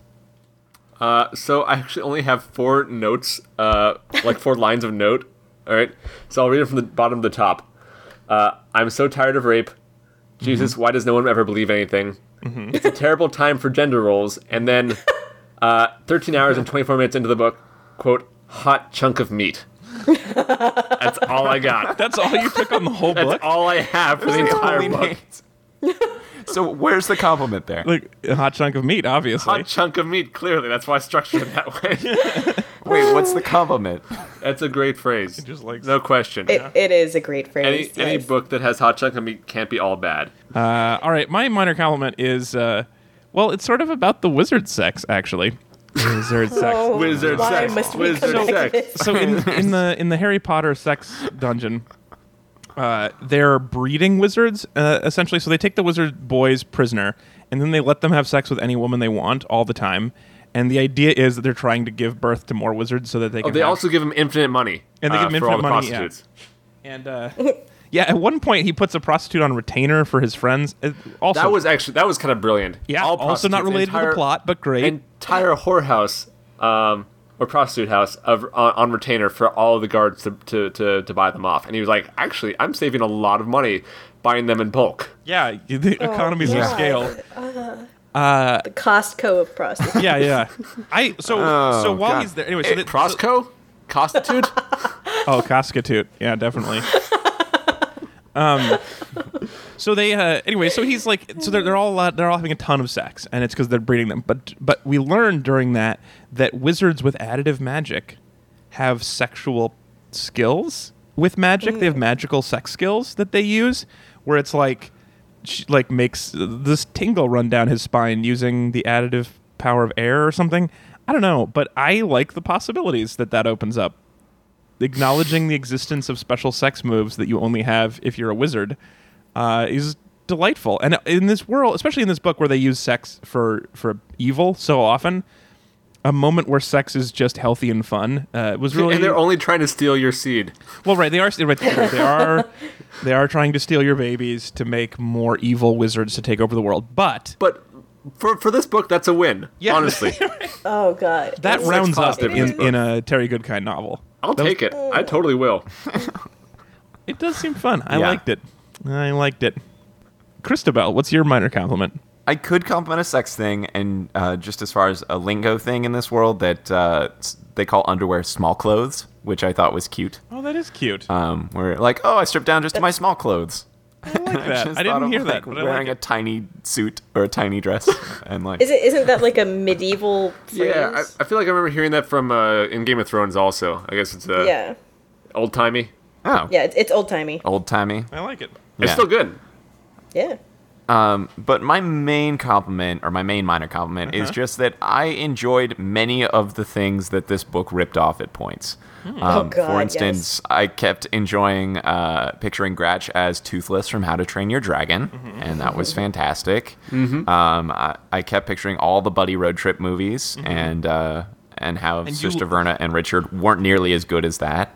[SPEAKER 5] uh, so i actually only have four notes uh, like four lines of note all right so i'll read it from the bottom to the top uh, i'm so tired of rape jesus why does no one ever believe anything it's a terrible time for gender roles and then uh, 13 hours and 24 minutes into the book quote hot chunk of meat that's all i got
[SPEAKER 1] That's all you took on the whole
[SPEAKER 5] That's
[SPEAKER 1] book.
[SPEAKER 5] all I have for the entire book.
[SPEAKER 6] so where's the compliment there?
[SPEAKER 1] like a hot chunk of meat, obviously.
[SPEAKER 5] Hot chunk of meat, clearly. That's why I structured it that way.
[SPEAKER 6] Wait, what's the compliment?
[SPEAKER 5] That's a great phrase.
[SPEAKER 1] just likes-
[SPEAKER 5] no question.
[SPEAKER 2] It, it is a great
[SPEAKER 5] any
[SPEAKER 2] phrase.
[SPEAKER 5] any
[SPEAKER 2] yes.
[SPEAKER 5] book that has hot chunk of meat can't be all bad.
[SPEAKER 1] Uh, all right, my minor compliment is, uh, well, it's sort of about the wizard sex, actually. Wizard sex.
[SPEAKER 2] Oh,
[SPEAKER 5] Wizard
[SPEAKER 2] why
[SPEAKER 5] sex.
[SPEAKER 2] must we
[SPEAKER 5] Wizard
[SPEAKER 2] come back to
[SPEAKER 5] sex.
[SPEAKER 2] this?
[SPEAKER 1] so in, in the in the Harry Potter sex dungeon, uh, they're breeding wizards uh, essentially. So they take the wizard boys prisoner, and then they let them have sex with any woman they want all the time. And the idea is that they're trying to give birth to more wizards so that they
[SPEAKER 5] Oh,
[SPEAKER 1] can.
[SPEAKER 5] they
[SPEAKER 1] have-
[SPEAKER 5] also give him infinite money.
[SPEAKER 1] And they give
[SPEAKER 5] uh,
[SPEAKER 1] him
[SPEAKER 5] for all the
[SPEAKER 1] infinite money, yeah.
[SPEAKER 5] prostitutes.
[SPEAKER 1] and uh, yeah, at one point he puts a prostitute on retainer for his friends. It- also,
[SPEAKER 5] That was actually that was kind of brilliant.
[SPEAKER 1] yeah,
[SPEAKER 5] All
[SPEAKER 1] also not
[SPEAKER 5] prostitutes,
[SPEAKER 1] related to
[SPEAKER 5] entire-
[SPEAKER 1] the plot, but great.
[SPEAKER 5] Entire whorehouse um, or prostitute house of on, on retainer for all of the guards to, to, to, to buy them off. And he was like, actually, I'm saving a lot of money buying them in bulk.
[SPEAKER 1] yeah, the economies of
[SPEAKER 2] yeah.
[SPEAKER 1] scale.
[SPEAKER 2] the Costco of prostitutes.
[SPEAKER 1] Yeah, yeah. I so
[SPEAKER 6] Oh,
[SPEAKER 1] so while
[SPEAKER 6] God.
[SPEAKER 1] he's there anyway. So
[SPEAKER 5] Hey,
[SPEAKER 1] that- so-
[SPEAKER 5] Eh, Prosco? Prostitute?
[SPEAKER 1] Oh, Coscatoot. Yeah, definitely. um, so they uh, anyway. So he's like, so they're, they're all uh, they're all having a ton of sex, and it's because they're breeding them. But but we learned during that that wizards with additive magic have sexual skills with magic. They have magical sex skills that they use, where it's like she, like makes this tingle run down his spine using the additive power of air or something. I don't know, but I like the possibilities that that opens up acknowledging the existence of special sex moves that you only have if you're a wizard uh, is delightful. And in this world, especially in this book where they use sex for for evil so often, a moment where sex is just healthy and fun uh, was really
[SPEAKER 5] and they're only trying to steal your seed.
[SPEAKER 1] well. Right, they are right, they are they are trying to steal your babies to make more evil wizards to take over the world, but.
[SPEAKER 5] But for for this book, that's a win.
[SPEAKER 1] Yeah.
[SPEAKER 5] Honestly,
[SPEAKER 2] Oh God.
[SPEAKER 1] That
[SPEAKER 5] Sex
[SPEAKER 1] rounds up
[SPEAKER 5] positive is
[SPEAKER 1] in, in a Terry Goodkind novel.
[SPEAKER 5] I'll take it. I totally will.
[SPEAKER 1] It does seem fun. I
[SPEAKER 6] Yeah.
[SPEAKER 1] liked it. I liked it. Christabel, what's your minor compliment?
[SPEAKER 6] I could compliment a sex thing, and uh, just as far as a lingo thing in this world that uh, s- they call underwear small clothes, which I thought was cute.
[SPEAKER 1] Oh, that is cute.
[SPEAKER 6] Um, where like, oh, I stripped down just to my small clothes.
[SPEAKER 1] like that.
[SPEAKER 6] Just
[SPEAKER 1] I
[SPEAKER 6] thought
[SPEAKER 1] didn't
[SPEAKER 6] of,
[SPEAKER 1] hear that.
[SPEAKER 6] like,
[SPEAKER 1] But I like
[SPEAKER 6] wearing a
[SPEAKER 1] it.
[SPEAKER 6] tiny suit or a tiny dress, and like,
[SPEAKER 2] Is it? Isn't that like a medieval? Phrase?
[SPEAKER 5] Yeah, I, I feel like I remember hearing that from uh, in Game of Thrones. Also, I guess it's uh,
[SPEAKER 2] yeah.
[SPEAKER 5] old timey.
[SPEAKER 6] oh,
[SPEAKER 2] Yeah. It's, it's old timey.
[SPEAKER 6] old timey.
[SPEAKER 1] I like it.
[SPEAKER 5] It's
[SPEAKER 6] Yeah.
[SPEAKER 5] still good.
[SPEAKER 2] Yeah.
[SPEAKER 6] But my main compliment, or my main minor compliment, is just that I enjoyed many of the things that this book ripped off at points. Um,
[SPEAKER 2] God,
[SPEAKER 6] for instance, I kept enjoying uh, picturing Gratch as Toothless from How to Train Your Dragon, and that was fantastic. Um, I, I kept picturing all the Buddy Road Trip movies,
[SPEAKER 2] Mm-hmm.
[SPEAKER 6] and uh, and how Sister
[SPEAKER 1] you-
[SPEAKER 6] Verna and Richard weren't nearly as good as that.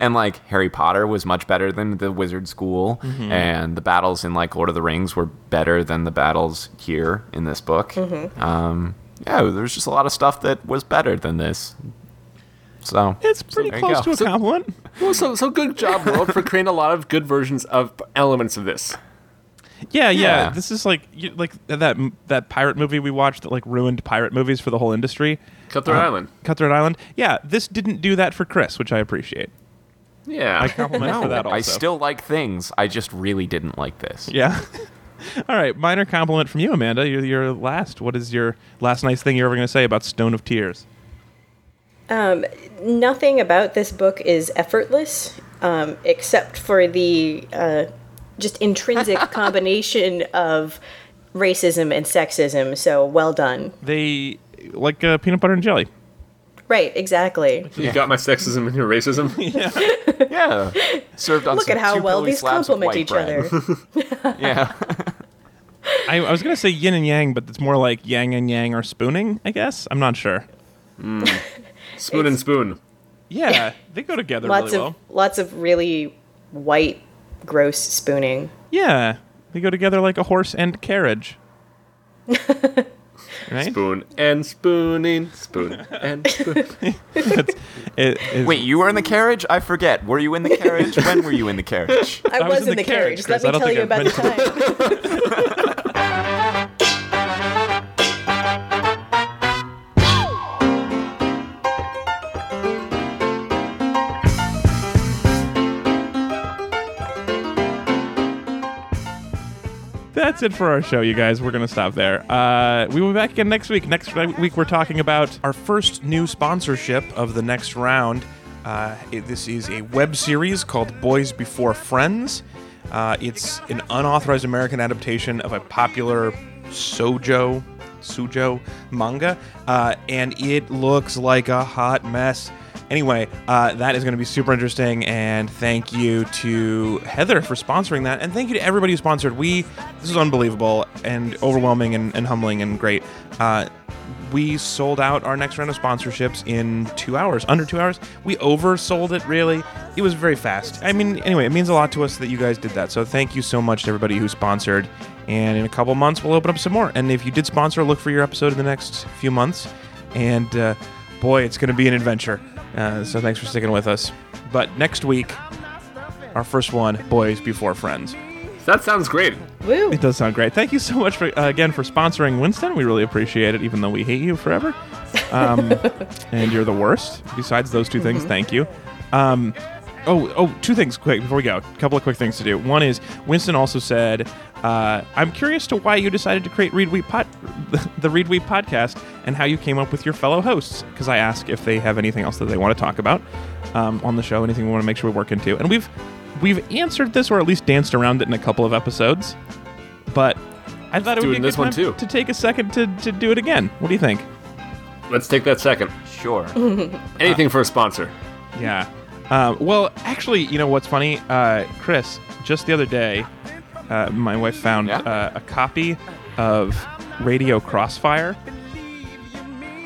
[SPEAKER 6] and like Harry Potter was much better than the Wizard School,
[SPEAKER 2] Mm-hmm.
[SPEAKER 6] and the battles in like Lord of the Rings were better than the battles here in this book.
[SPEAKER 2] Mm-hmm.
[SPEAKER 6] Um, yeah, there was just a lot of stuff that was better than this. So
[SPEAKER 1] It's pretty
[SPEAKER 6] there you
[SPEAKER 1] close to a
[SPEAKER 6] go.
[SPEAKER 1] compliment.
[SPEAKER 5] Well, so so good job, world, for creating a lot of good versions of elements of this.
[SPEAKER 1] Yeah, yeah,
[SPEAKER 6] Yeah.
[SPEAKER 1] This is like you, like that that pirate movie we watched that like ruined pirate movies for the whole industry.
[SPEAKER 5] Cutthroat
[SPEAKER 1] Uh,
[SPEAKER 5] Island.
[SPEAKER 1] Cutthroat Island. Yeah, this didn't do that for Chris, which I appreciate.
[SPEAKER 5] Yeah,
[SPEAKER 1] Compliment for that also.
[SPEAKER 6] I still like things. I just really didn't like this.
[SPEAKER 1] Yeah. All right, minor compliment from you, Amanda. You're your last. What is your last nice thing you're ever going to say about Stone of Tears?
[SPEAKER 2] nothing about this book is effortless, um, except for the uh, just intrinsic combination of racism and sexism. So well done.
[SPEAKER 1] They like uh, peanut butter and jelly.
[SPEAKER 2] Right, exactly.
[SPEAKER 5] You got my sexism and your racism.
[SPEAKER 6] Yeah. Served on
[SPEAKER 2] Look
[SPEAKER 6] some
[SPEAKER 2] at how
[SPEAKER 6] two
[SPEAKER 2] well
[SPEAKER 6] pillowy
[SPEAKER 2] these
[SPEAKER 6] slabs of
[SPEAKER 2] complement
[SPEAKER 6] white
[SPEAKER 2] each
[SPEAKER 6] bread.
[SPEAKER 2] other.
[SPEAKER 6] Yeah.
[SPEAKER 1] I, I was going to say yin and yang, but it's more like yang and yang or spooning. I guess I'm not sure.
[SPEAKER 5] Spoon and spoon.
[SPEAKER 1] Yeah, they go together
[SPEAKER 2] lots
[SPEAKER 1] really
[SPEAKER 2] of
[SPEAKER 1] well.
[SPEAKER 2] lots of really white, gross spooning.
[SPEAKER 1] Yeah, they go together like a horse and carriage. right?
[SPEAKER 5] Spoon and spooning. Spoon and spoon.
[SPEAKER 1] It is-
[SPEAKER 6] Wait, you were in the carriage? I forget. Were you in the carriage? when were you in the carriage?
[SPEAKER 2] I, was, in the carriage.
[SPEAKER 1] Chris. I
[SPEAKER 2] Let
[SPEAKER 1] don't
[SPEAKER 2] me tell
[SPEAKER 1] think
[SPEAKER 2] you
[SPEAKER 1] I
[SPEAKER 2] about the time.
[SPEAKER 1] That's it for our show, you guys. We're going to stop there. Uh, we will be back again next week. Next ri- week, we're talking about our first new sponsorship of the next round. Uh, it- this is a web series called Boys Before Friends. Uh, it's an unauthorized American adaptation of a popular Sojo, Sujo manga, uh, and it looks like a hot mess. Anyway, uh, that is going to be super interesting, and thank you to Heather for sponsoring that, and thank you to everybody who sponsored. We this is unbelievable and overwhelming and, and humbling and great. Uh, we sold out our next round of sponsorships in two hours, under two hours. We oversold it, really. It was very fast. I mean, anyway, it means a lot to us that you guys did that. So thank you so much to everybody who sponsored. And in a couple months, we'll open up some more. And if you did sponsor, look for your episode in the next few months. And uh, boy, it's going to be an adventure. Uh, so thanks for sticking with us. But next week, our first one, Boys Before Friends.
[SPEAKER 5] That sounds great.
[SPEAKER 2] Woo!
[SPEAKER 1] It does sound great. Thank you so much for uh, again for sponsoring Winston. We really appreciate it, even though we hate you forever. Um, and you're the worst. Besides those two things, thank you. Um, oh, oh, two things quick before we go. A couple of quick things to do. One is Winston also said, uh, "I'm curious to why you decided to create Read Weep Pod- the Read Weep podcast and how you came up with your fellow hosts." Because I ask if they have anything else that they want to talk about um, on the show, anything we want to make sure we work into, and we've. We've answered this, or at least danced around it in a couple of episodes but I thought it would be a
[SPEAKER 5] do it in
[SPEAKER 1] good
[SPEAKER 5] this one,
[SPEAKER 1] time
[SPEAKER 5] too.
[SPEAKER 1] to take a second to, to do it again. What do you think?
[SPEAKER 5] Let's take that second.
[SPEAKER 6] Sure.
[SPEAKER 5] Anything for a sponsor.
[SPEAKER 1] Yeah. Uh, well, actually, you know what's funny, uh, Chris? Just the other day, uh, my wife found
[SPEAKER 6] Yeah?
[SPEAKER 1] uh, a copy of Radio Crossfire.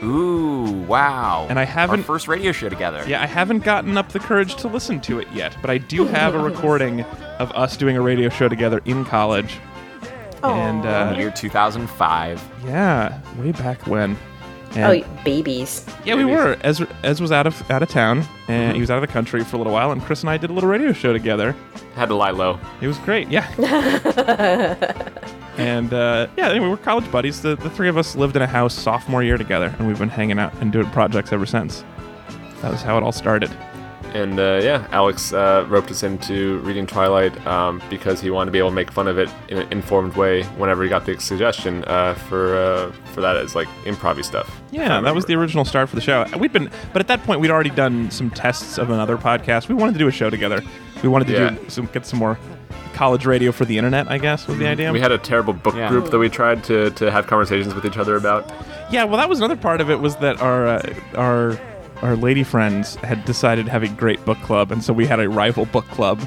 [SPEAKER 6] Ooh, wow.
[SPEAKER 1] And I haven't-
[SPEAKER 6] Our first radio show together.
[SPEAKER 1] Yeah, I haven't gotten up the courage to listen to it yet, but I do have a recording of us doing a radio show together in college. And uh,
[SPEAKER 6] Year 2005.
[SPEAKER 1] yeah, way back when. And
[SPEAKER 2] Oh, babies.
[SPEAKER 1] Yeah, we were. Ez, Ez was out of out of town, and he was out of the country for a little while. And Chris and I did a little radio show together.
[SPEAKER 5] Had to lie low.
[SPEAKER 1] It was great. Yeah. and uh, yeah, anyway, we're college buddies. The the three of us lived in a house sophomore year together, and we've been hanging out and doing projects ever since. That was how it all started.
[SPEAKER 5] And uh, yeah, Alex uh, roped us into reading Twilight um, because he wanted to be able to make fun of it in an informed way whenever he got the suggestion uh, for uh, for that as like improv stuff.
[SPEAKER 1] Yeah, that was the original start for the show. We'd been, but at that point, we'd already done some tests of another podcast. We wanted to do a show together. We wanted to
[SPEAKER 5] Yeah.
[SPEAKER 1] do some, get some more college radio for the internet. I guess was the idea.
[SPEAKER 5] We had a terrible book
[SPEAKER 6] Yeah.
[SPEAKER 5] group that we tried to, to have conversations with each other about.
[SPEAKER 1] Yeah, well, that was another part of it was that our uh, our our lady friends had decided to have a great book club, and so we had a rival book club.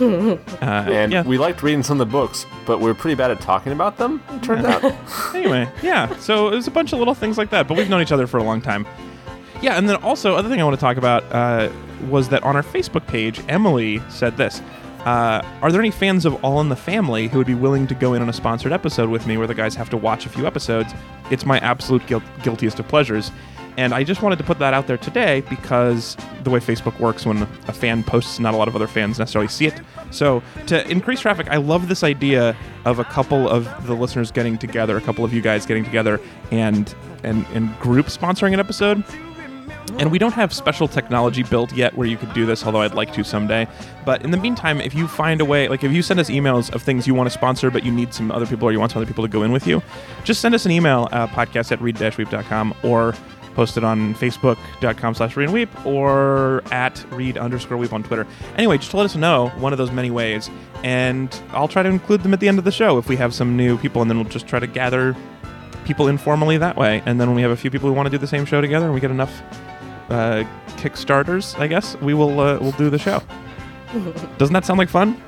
[SPEAKER 6] Uh,
[SPEAKER 5] And
[SPEAKER 1] yeah.
[SPEAKER 5] we liked reading some of the books, but we were pretty bad at talking about them, it turned out.
[SPEAKER 1] Anyway, yeah, so it was a bunch of little things like that, but we've known each other for a long time. Yeah, and then also other thing I want to talk about uh, was that on our Facebook page, Emily said this. Uh, are there any fans of All in the Family who would be willing to go in on a sponsored episode with me where the guys have to watch a few episodes? It's my absolute guilt- guiltiest of pleasures. And I just wanted to put that out there today because the way Facebook works, when a fan posts, not a lot of other fans necessarily see it. So, to increase traffic, I love this idea of a couple of the listeners getting together, a couple of you guys getting together, and and, and group sponsoring an episode And we don't have special technology built yet where you could do this, although I'd like to someday. But in the meantime, if you find a way, like if you send us emails of things you want to sponsor, but you need some other people or you want some other people to go in with you, just send us an email, uh, podcast at read-weep.com or post it on facebook.com slash read and weep or at read underscore weep on Twitter. Anyway, just let us know one of those many ways. And I'll try to include them at the end of the show if we have some new people, and then we'll just try to gather people informally that way. And then when we have a few people who want to do the same show together, and we get enough uh, kickstarters, I guess we will uh, we'll do the show. Doesn't that sound like fun?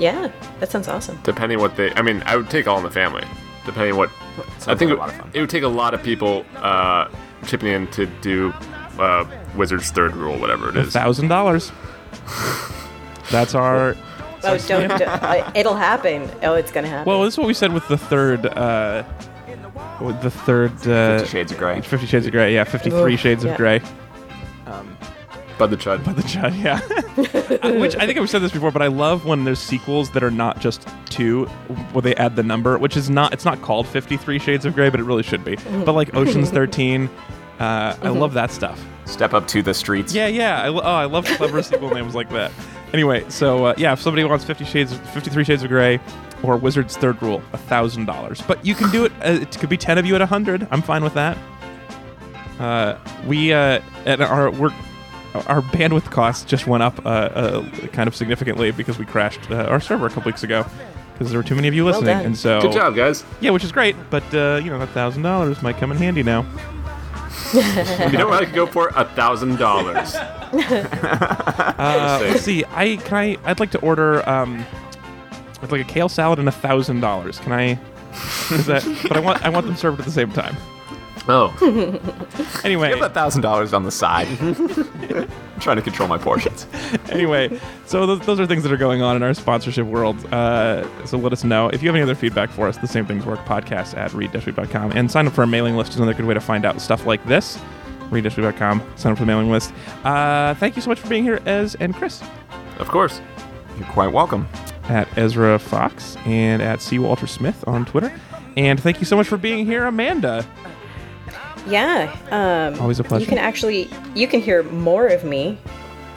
[SPEAKER 2] Yeah, that sounds awesome.
[SPEAKER 5] depending what they. I mean, I would take all in the family. Depending what, I
[SPEAKER 6] like
[SPEAKER 5] think
[SPEAKER 6] a
[SPEAKER 5] it-
[SPEAKER 6] lot of fun.
[SPEAKER 5] it would take a lot of people uh, chipping in to do uh, Wizard's third rule, whatever it is.
[SPEAKER 1] Thousand dollars. That's our.
[SPEAKER 2] Oh, don't. do- uh, it'll happen. Oh, it's gonna happen.
[SPEAKER 1] Well, this is what we said with the third. Uh, with the third. Uh,
[SPEAKER 6] Fifty Shades of Grey.
[SPEAKER 1] Fifty Shades of Grey. Yeah, fifty-three
[SPEAKER 2] Ugh,
[SPEAKER 1] Shades
[SPEAKER 2] yeah.
[SPEAKER 1] of Grey.
[SPEAKER 5] Bud the Chud.
[SPEAKER 1] The Chud, yeah. Uh, Which I think I've said this before, but I love when there's sequels that are not just two, where they add the number, which is not, it's not called 53 Shades of Grey, but it really should be. But like Ocean's 13, uh, I
[SPEAKER 2] Mm-hmm.
[SPEAKER 1] love that stuff.
[SPEAKER 6] Step up to the streets.
[SPEAKER 1] Yeah, yeah. I, lo- oh, I love clever sequel names like that. Anyway, so uh, yeah, if somebody wants 50 Shades, 53 Shades of Grey, or Wizard's Third Rule, thousand dollars. But you can do it. Uh, it could be ten of you at a hundred. I'm fine with that. Uh, we uh, and our work, our bandwidth costs just went up uh, uh, kind of significantly because we crashed uh, our server a couple weeks ago because there were too many of you listening,
[SPEAKER 2] done.
[SPEAKER 1] and so
[SPEAKER 5] Good job, guys.
[SPEAKER 1] yeah, which is great. But uh, you know, that thousand dollars might come in handy now.
[SPEAKER 5] You know what I could go for? A thousand dollars.
[SPEAKER 1] Uh, let's see. I can I. I'd like to order um, with like a kale salad and a thousand dollars. Can I? Is that? but I want I want them served at the same time.
[SPEAKER 5] Oh,
[SPEAKER 1] Anyway,
[SPEAKER 6] Give a thousand dollars on the side. I'm trying to control my portions.
[SPEAKER 1] anyway. So those, those are things that are going on in our sponsorship world. Uh, so let us know if you have any other feedback for us. The same things work podcast at read-weep.com and sign up for our mailing list is another good way to find out stuff like this. Read-weep.com. Sign up for the mailing list. Uh, thank you so much for being here, Ez and Chris.
[SPEAKER 5] of course.
[SPEAKER 6] You're quite welcome.
[SPEAKER 1] at Ezra Fox and at C. Walter Smith on Twitter. And thank you so much for being here, Amanda.
[SPEAKER 2] Yeah. Um,
[SPEAKER 1] Always a pleasure.
[SPEAKER 2] You can actually you can hear more of me.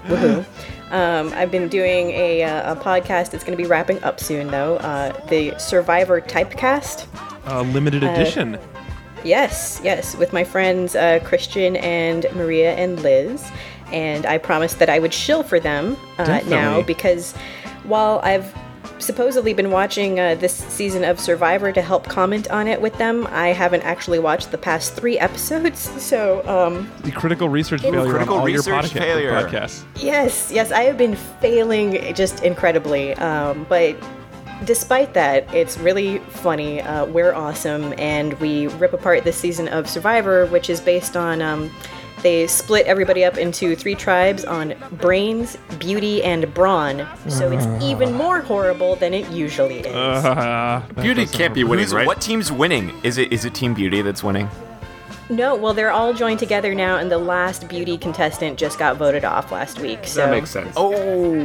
[SPEAKER 2] Woohoo. Um, I've been doing a, uh, a podcast that's going to be wrapping up soon, though. Uh, the Survivor Typecast.
[SPEAKER 1] Uh, limited edition.
[SPEAKER 2] Yes, yes, with my friends uh, Christian and Maria and Liz. And I promised that I would shill for them uh, now
[SPEAKER 1] Definitely.
[SPEAKER 2] because while I've supposedly been watching uh, this season of Survivor to help comment on it with them, I haven't actually watched the past three episodes. So, um,
[SPEAKER 1] The critical research failure
[SPEAKER 6] critical
[SPEAKER 1] on all your
[SPEAKER 6] research
[SPEAKER 1] podca-
[SPEAKER 6] failure.
[SPEAKER 1] podcasts.
[SPEAKER 2] yes, yes, I have been failing just incredibly. Um, but despite that, it's really funny. Uh, we're awesome, and we rip apart this season of Survivor, which is based on um, they split everybody up into three tribes on brains, beauty, and brawn. So it's even more horrible than it usually is.
[SPEAKER 1] Uh,
[SPEAKER 5] Beauty can't be winning,
[SPEAKER 6] Who's,
[SPEAKER 5] right?
[SPEAKER 6] What team's winning? Is it is it Team Beauty that's winning?
[SPEAKER 2] No, well, they're all joined together now, and the last beauty contestant just got voted off last week. So
[SPEAKER 5] That makes sense. Oh,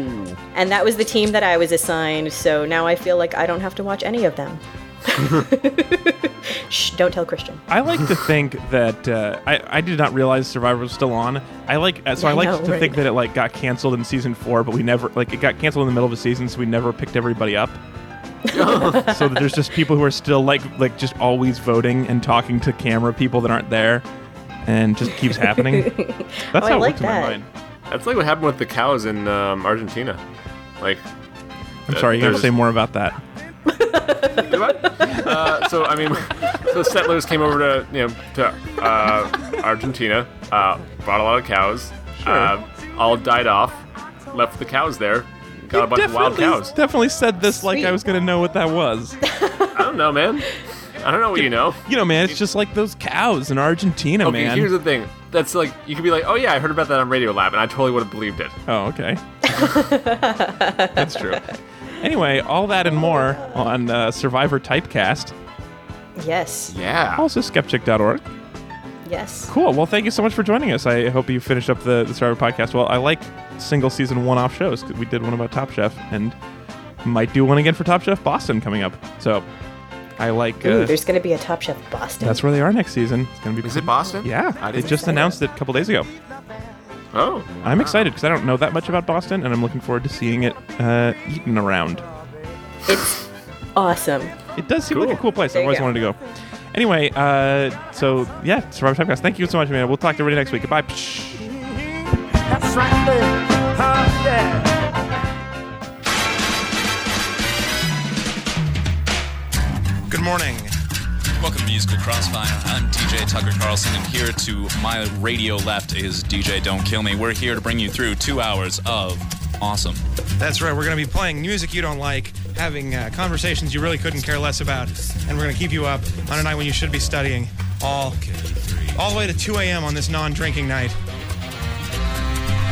[SPEAKER 2] And that was the team that I was assigned, so now I feel like I don't have to watch any of them. Shh, don't tell Christian.
[SPEAKER 1] I like to think that uh, I, I did not realize Survivor was still on. I like uh, so I,
[SPEAKER 2] I
[SPEAKER 1] like
[SPEAKER 2] know,
[SPEAKER 1] to
[SPEAKER 2] right?
[SPEAKER 1] think that it like got canceled in season four, but we never like it got canceled in the middle of the season, so we never picked everybody up.
[SPEAKER 5] Oh.
[SPEAKER 1] so that there's just people who are still like like just always voting and talking to camera people that aren't there, and just keeps happening. That's
[SPEAKER 2] Oh, I
[SPEAKER 1] how it
[SPEAKER 2] like
[SPEAKER 1] works
[SPEAKER 2] that.
[SPEAKER 1] in my mind.
[SPEAKER 5] that's like what happened with the cows in um, Argentina. Like,
[SPEAKER 1] I'm sorry, you gotta
[SPEAKER 5] There's-
[SPEAKER 1] say more about that.
[SPEAKER 5] Do I? Uh, so I mean, the settlers came over to you know to uh, Argentina, uh, brought a lot of cows, uh, all died off, left the cows there, got a bunch of wild
[SPEAKER 1] definitely,
[SPEAKER 5] cows.
[SPEAKER 1] definitely said this like I
[SPEAKER 2] Sweet.
[SPEAKER 1] was gonna know what that was.
[SPEAKER 5] I don't know, man. I don't know what you know.
[SPEAKER 1] You know, man, it's just like those cows in Argentina,
[SPEAKER 5] Okay,
[SPEAKER 1] man.
[SPEAKER 5] here's the thing. That's like you could be like, oh yeah, I heard about that on Radio Lab, and I totally would have believed it.
[SPEAKER 1] Oh, okay. That's true. Anyway, all that and more on uh, Survivor Typecast,
[SPEAKER 2] Yes,
[SPEAKER 6] Yeah.
[SPEAKER 1] also skeptic.org.
[SPEAKER 2] yes.
[SPEAKER 1] Cool. Well, thank you so much for joining us. I hope you finished up the, the Survivor podcast. Well, I like single season one off shows 'cause we did one about Top Chef and might do one again for Top Chef Boston coming up. So I like.
[SPEAKER 2] Ooh,
[SPEAKER 1] Uh,
[SPEAKER 2] there's going to be a Top Chef Boston.
[SPEAKER 1] that's where they are next season. It's gonna be.
[SPEAKER 6] Is it Boston?
[SPEAKER 1] Yeah,
[SPEAKER 6] I
[SPEAKER 1] they
[SPEAKER 6] didn't-
[SPEAKER 1] just announced it a couple days ago.
[SPEAKER 5] Oh,
[SPEAKER 1] I'm excited because I don't know that much about Boston, and I'm looking forward to seeing it uh, eaten around.
[SPEAKER 2] It's awesome.
[SPEAKER 1] It does seem like a
[SPEAKER 5] Cool.
[SPEAKER 1] cool place. I
[SPEAKER 2] There you
[SPEAKER 1] always
[SPEAKER 2] go.
[SPEAKER 1] wanted to go. Anyway, uh, so yeah, Survivor Typecast. Thank you so much, man. We'll talk to everybody next week. Goodbye. Psh.
[SPEAKER 9] That's right, babe. Huh, yeah.
[SPEAKER 10] Good morning. Welcome to Musical Crossfire. I'm DJ Tucker Carlson, and here to my radio left is DJ Don't Kill Me. We're here to bring you through two hours of awesome.
[SPEAKER 11] That's right. We're going to be playing music you don't like, having uh, conversations you really couldn't care less about, and we're going to keep you up on a night when you should be studying all all the way to 2 a.m. on this non-drinking night.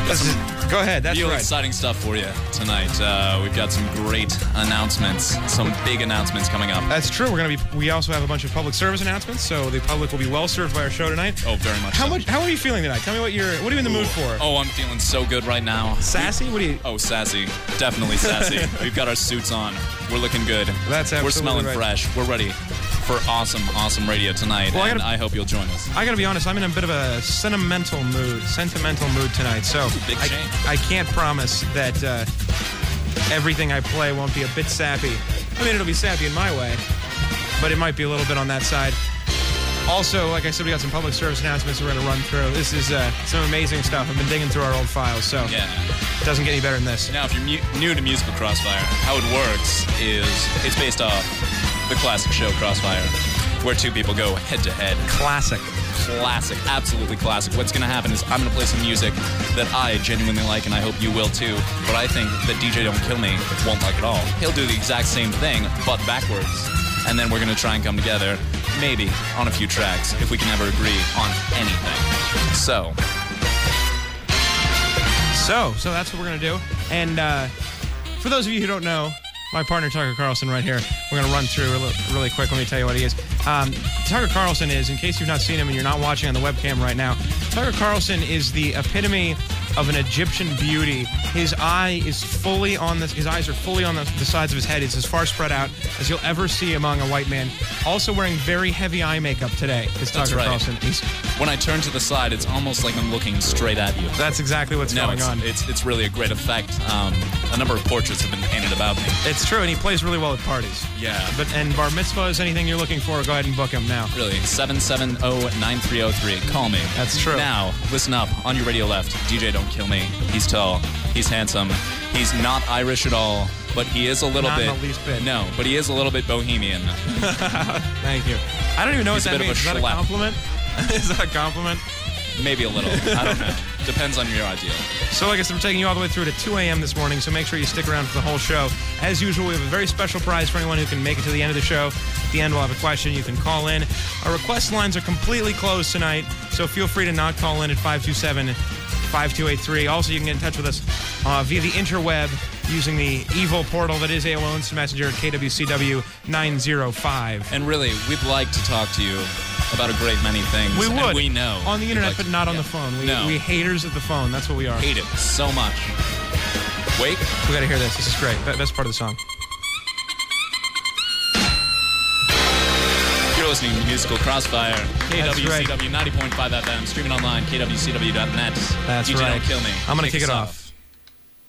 [SPEAKER 11] This is- go ahead. That's
[SPEAKER 10] Real
[SPEAKER 11] right.
[SPEAKER 10] exciting stuff for you tonight. Uh, we've got some great announcements, some big announcements coming up.
[SPEAKER 11] That's true. We're going to be. We also have a bunch of public service announcements, so the public will be well served by our show tonight.
[SPEAKER 10] Oh, very much.
[SPEAKER 11] How
[SPEAKER 10] so.
[SPEAKER 11] much? How are you feeling tonight? Tell me what you're. What are you in the mood for?
[SPEAKER 10] Oh, I'm feeling so good right now.
[SPEAKER 11] sassy. What do you?
[SPEAKER 10] Oh, sassy. Definitely sassy. We've got our suits on. We're looking good.
[SPEAKER 11] That's
[SPEAKER 10] We're
[SPEAKER 11] absolutely
[SPEAKER 10] smelling
[SPEAKER 11] right.
[SPEAKER 10] fresh. We're ready for awesome, awesome radio tonight,
[SPEAKER 11] Well, I
[SPEAKER 10] and
[SPEAKER 11] gotta-
[SPEAKER 10] I hope you'll join us.
[SPEAKER 11] I gotta be honest, I'm in a bit of a sentimental mood, sentimental mood tonight. So
[SPEAKER 10] Big
[SPEAKER 11] I,
[SPEAKER 10] change.
[SPEAKER 11] I can't promise that uh, everything I play won't be a bit sappy. I mean, it'll be sappy in my way, but it might be a little bit on that side. Also, like I said, we got some public service announcements we're gonna run through. This is uh, some amazing stuff. I've been digging through our old files, so
[SPEAKER 10] Yeah.
[SPEAKER 11] it doesn't get any better than this.
[SPEAKER 10] Now, if you're mu- new to Musical Crossfire, how it works is it's based off the classic show Crossfire, where two people go head to head.
[SPEAKER 11] Classic.
[SPEAKER 10] Classic, absolutely classic. What's going to happen is I'm going to play some music that I genuinely like, and I hope you will too. But I think that DJ Don't Kill Me won't like at all. He'll do the exact same thing, but backwards. And then we're going to try and come together, maybe on a few tracks, if we can ever agree on anything. So,
[SPEAKER 11] So, so that's what we're gonna do. And uh, for those of you who don't know, my partner Tucker Carlson right here. We're gonna run through really, really quick. Let me tell you what he is. Um, Tucker Carlson is, in case you've not seen him and you're not watching on the webcam right now, Tucker Carlson is the epitome of an Egyptian beauty. His eye is fully on this. His eyes are fully on the, the sides of his head. It's as far spread out as you'll ever see among a white man. Also wearing very heavy eye makeup today is
[SPEAKER 10] That's
[SPEAKER 11] Tucker
[SPEAKER 10] right.
[SPEAKER 11] Carlson. He's,
[SPEAKER 10] when I turn to the side, it's almost like I'm looking straight at you.
[SPEAKER 11] that's exactly what's
[SPEAKER 10] No,
[SPEAKER 11] going
[SPEAKER 10] it's,
[SPEAKER 11] on.
[SPEAKER 10] it's it's really a great effect. Um, a number of portraits have been painted about me.
[SPEAKER 11] It's true, and he plays really well at parties.
[SPEAKER 10] Yeah.
[SPEAKER 11] But and bar mitzvah is anything you're looking for, go ahead and book him now.
[SPEAKER 10] Really, oh, 770-9303. Call me.
[SPEAKER 11] That's true.
[SPEAKER 10] Now, listen up. On your radio left, DJ Don't Kill Me. He's tall. He's handsome. He's not Irish at all, but he is a little
[SPEAKER 11] Not in
[SPEAKER 10] bit.
[SPEAKER 11] the least bit.
[SPEAKER 10] No, but he is a little bit bohemian.
[SPEAKER 11] Thank you. I don't even know
[SPEAKER 10] He's a
[SPEAKER 11] what that
[SPEAKER 10] bit of a
[SPEAKER 11] means. is that a
[SPEAKER 10] schlep.
[SPEAKER 11] compliment? is that a compliment?
[SPEAKER 10] Maybe a little. I don't know. Depends on your idea.
[SPEAKER 11] So like I said, we're taking you all the way through to 2 a.m. this morning, so make sure you stick around for the whole show. As usual, we have a very special prize for anyone who can make it to the end of the show. At the end, we'll have a question. You can call in. Our request lines are completely closed tonight, so feel free to not call in at 527-5283. Also, you can get in touch with us uh, via the interweb using the evil portal that is AOL Instant Messenger at KWCW 905.
[SPEAKER 10] And really, we'd like to talk to you about a great many things.
[SPEAKER 11] We
[SPEAKER 10] and
[SPEAKER 11] would.
[SPEAKER 10] we know.
[SPEAKER 11] On the
[SPEAKER 10] you'd
[SPEAKER 11] internet,
[SPEAKER 10] like
[SPEAKER 11] but
[SPEAKER 10] to-
[SPEAKER 11] not on
[SPEAKER 10] yeah.
[SPEAKER 11] the phone. We,
[SPEAKER 10] no.
[SPEAKER 11] we haters of the phone. That's what we are.
[SPEAKER 10] hate it so much. Wake.
[SPEAKER 11] We gotta hear this. This is great. Be- Best part of the song.
[SPEAKER 10] You're listening to Musical Crossfire, KWCW
[SPEAKER 11] right.
[SPEAKER 10] 90.5 FM, streaming online, kwcw.net.
[SPEAKER 11] That's
[SPEAKER 10] DJ
[SPEAKER 11] right.
[SPEAKER 10] Don't Kill Me.
[SPEAKER 11] I'm gonna
[SPEAKER 10] Kick
[SPEAKER 11] kick
[SPEAKER 10] us
[SPEAKER 11] it
[SPEAKER 10] off.
[SPEAKER 11] off.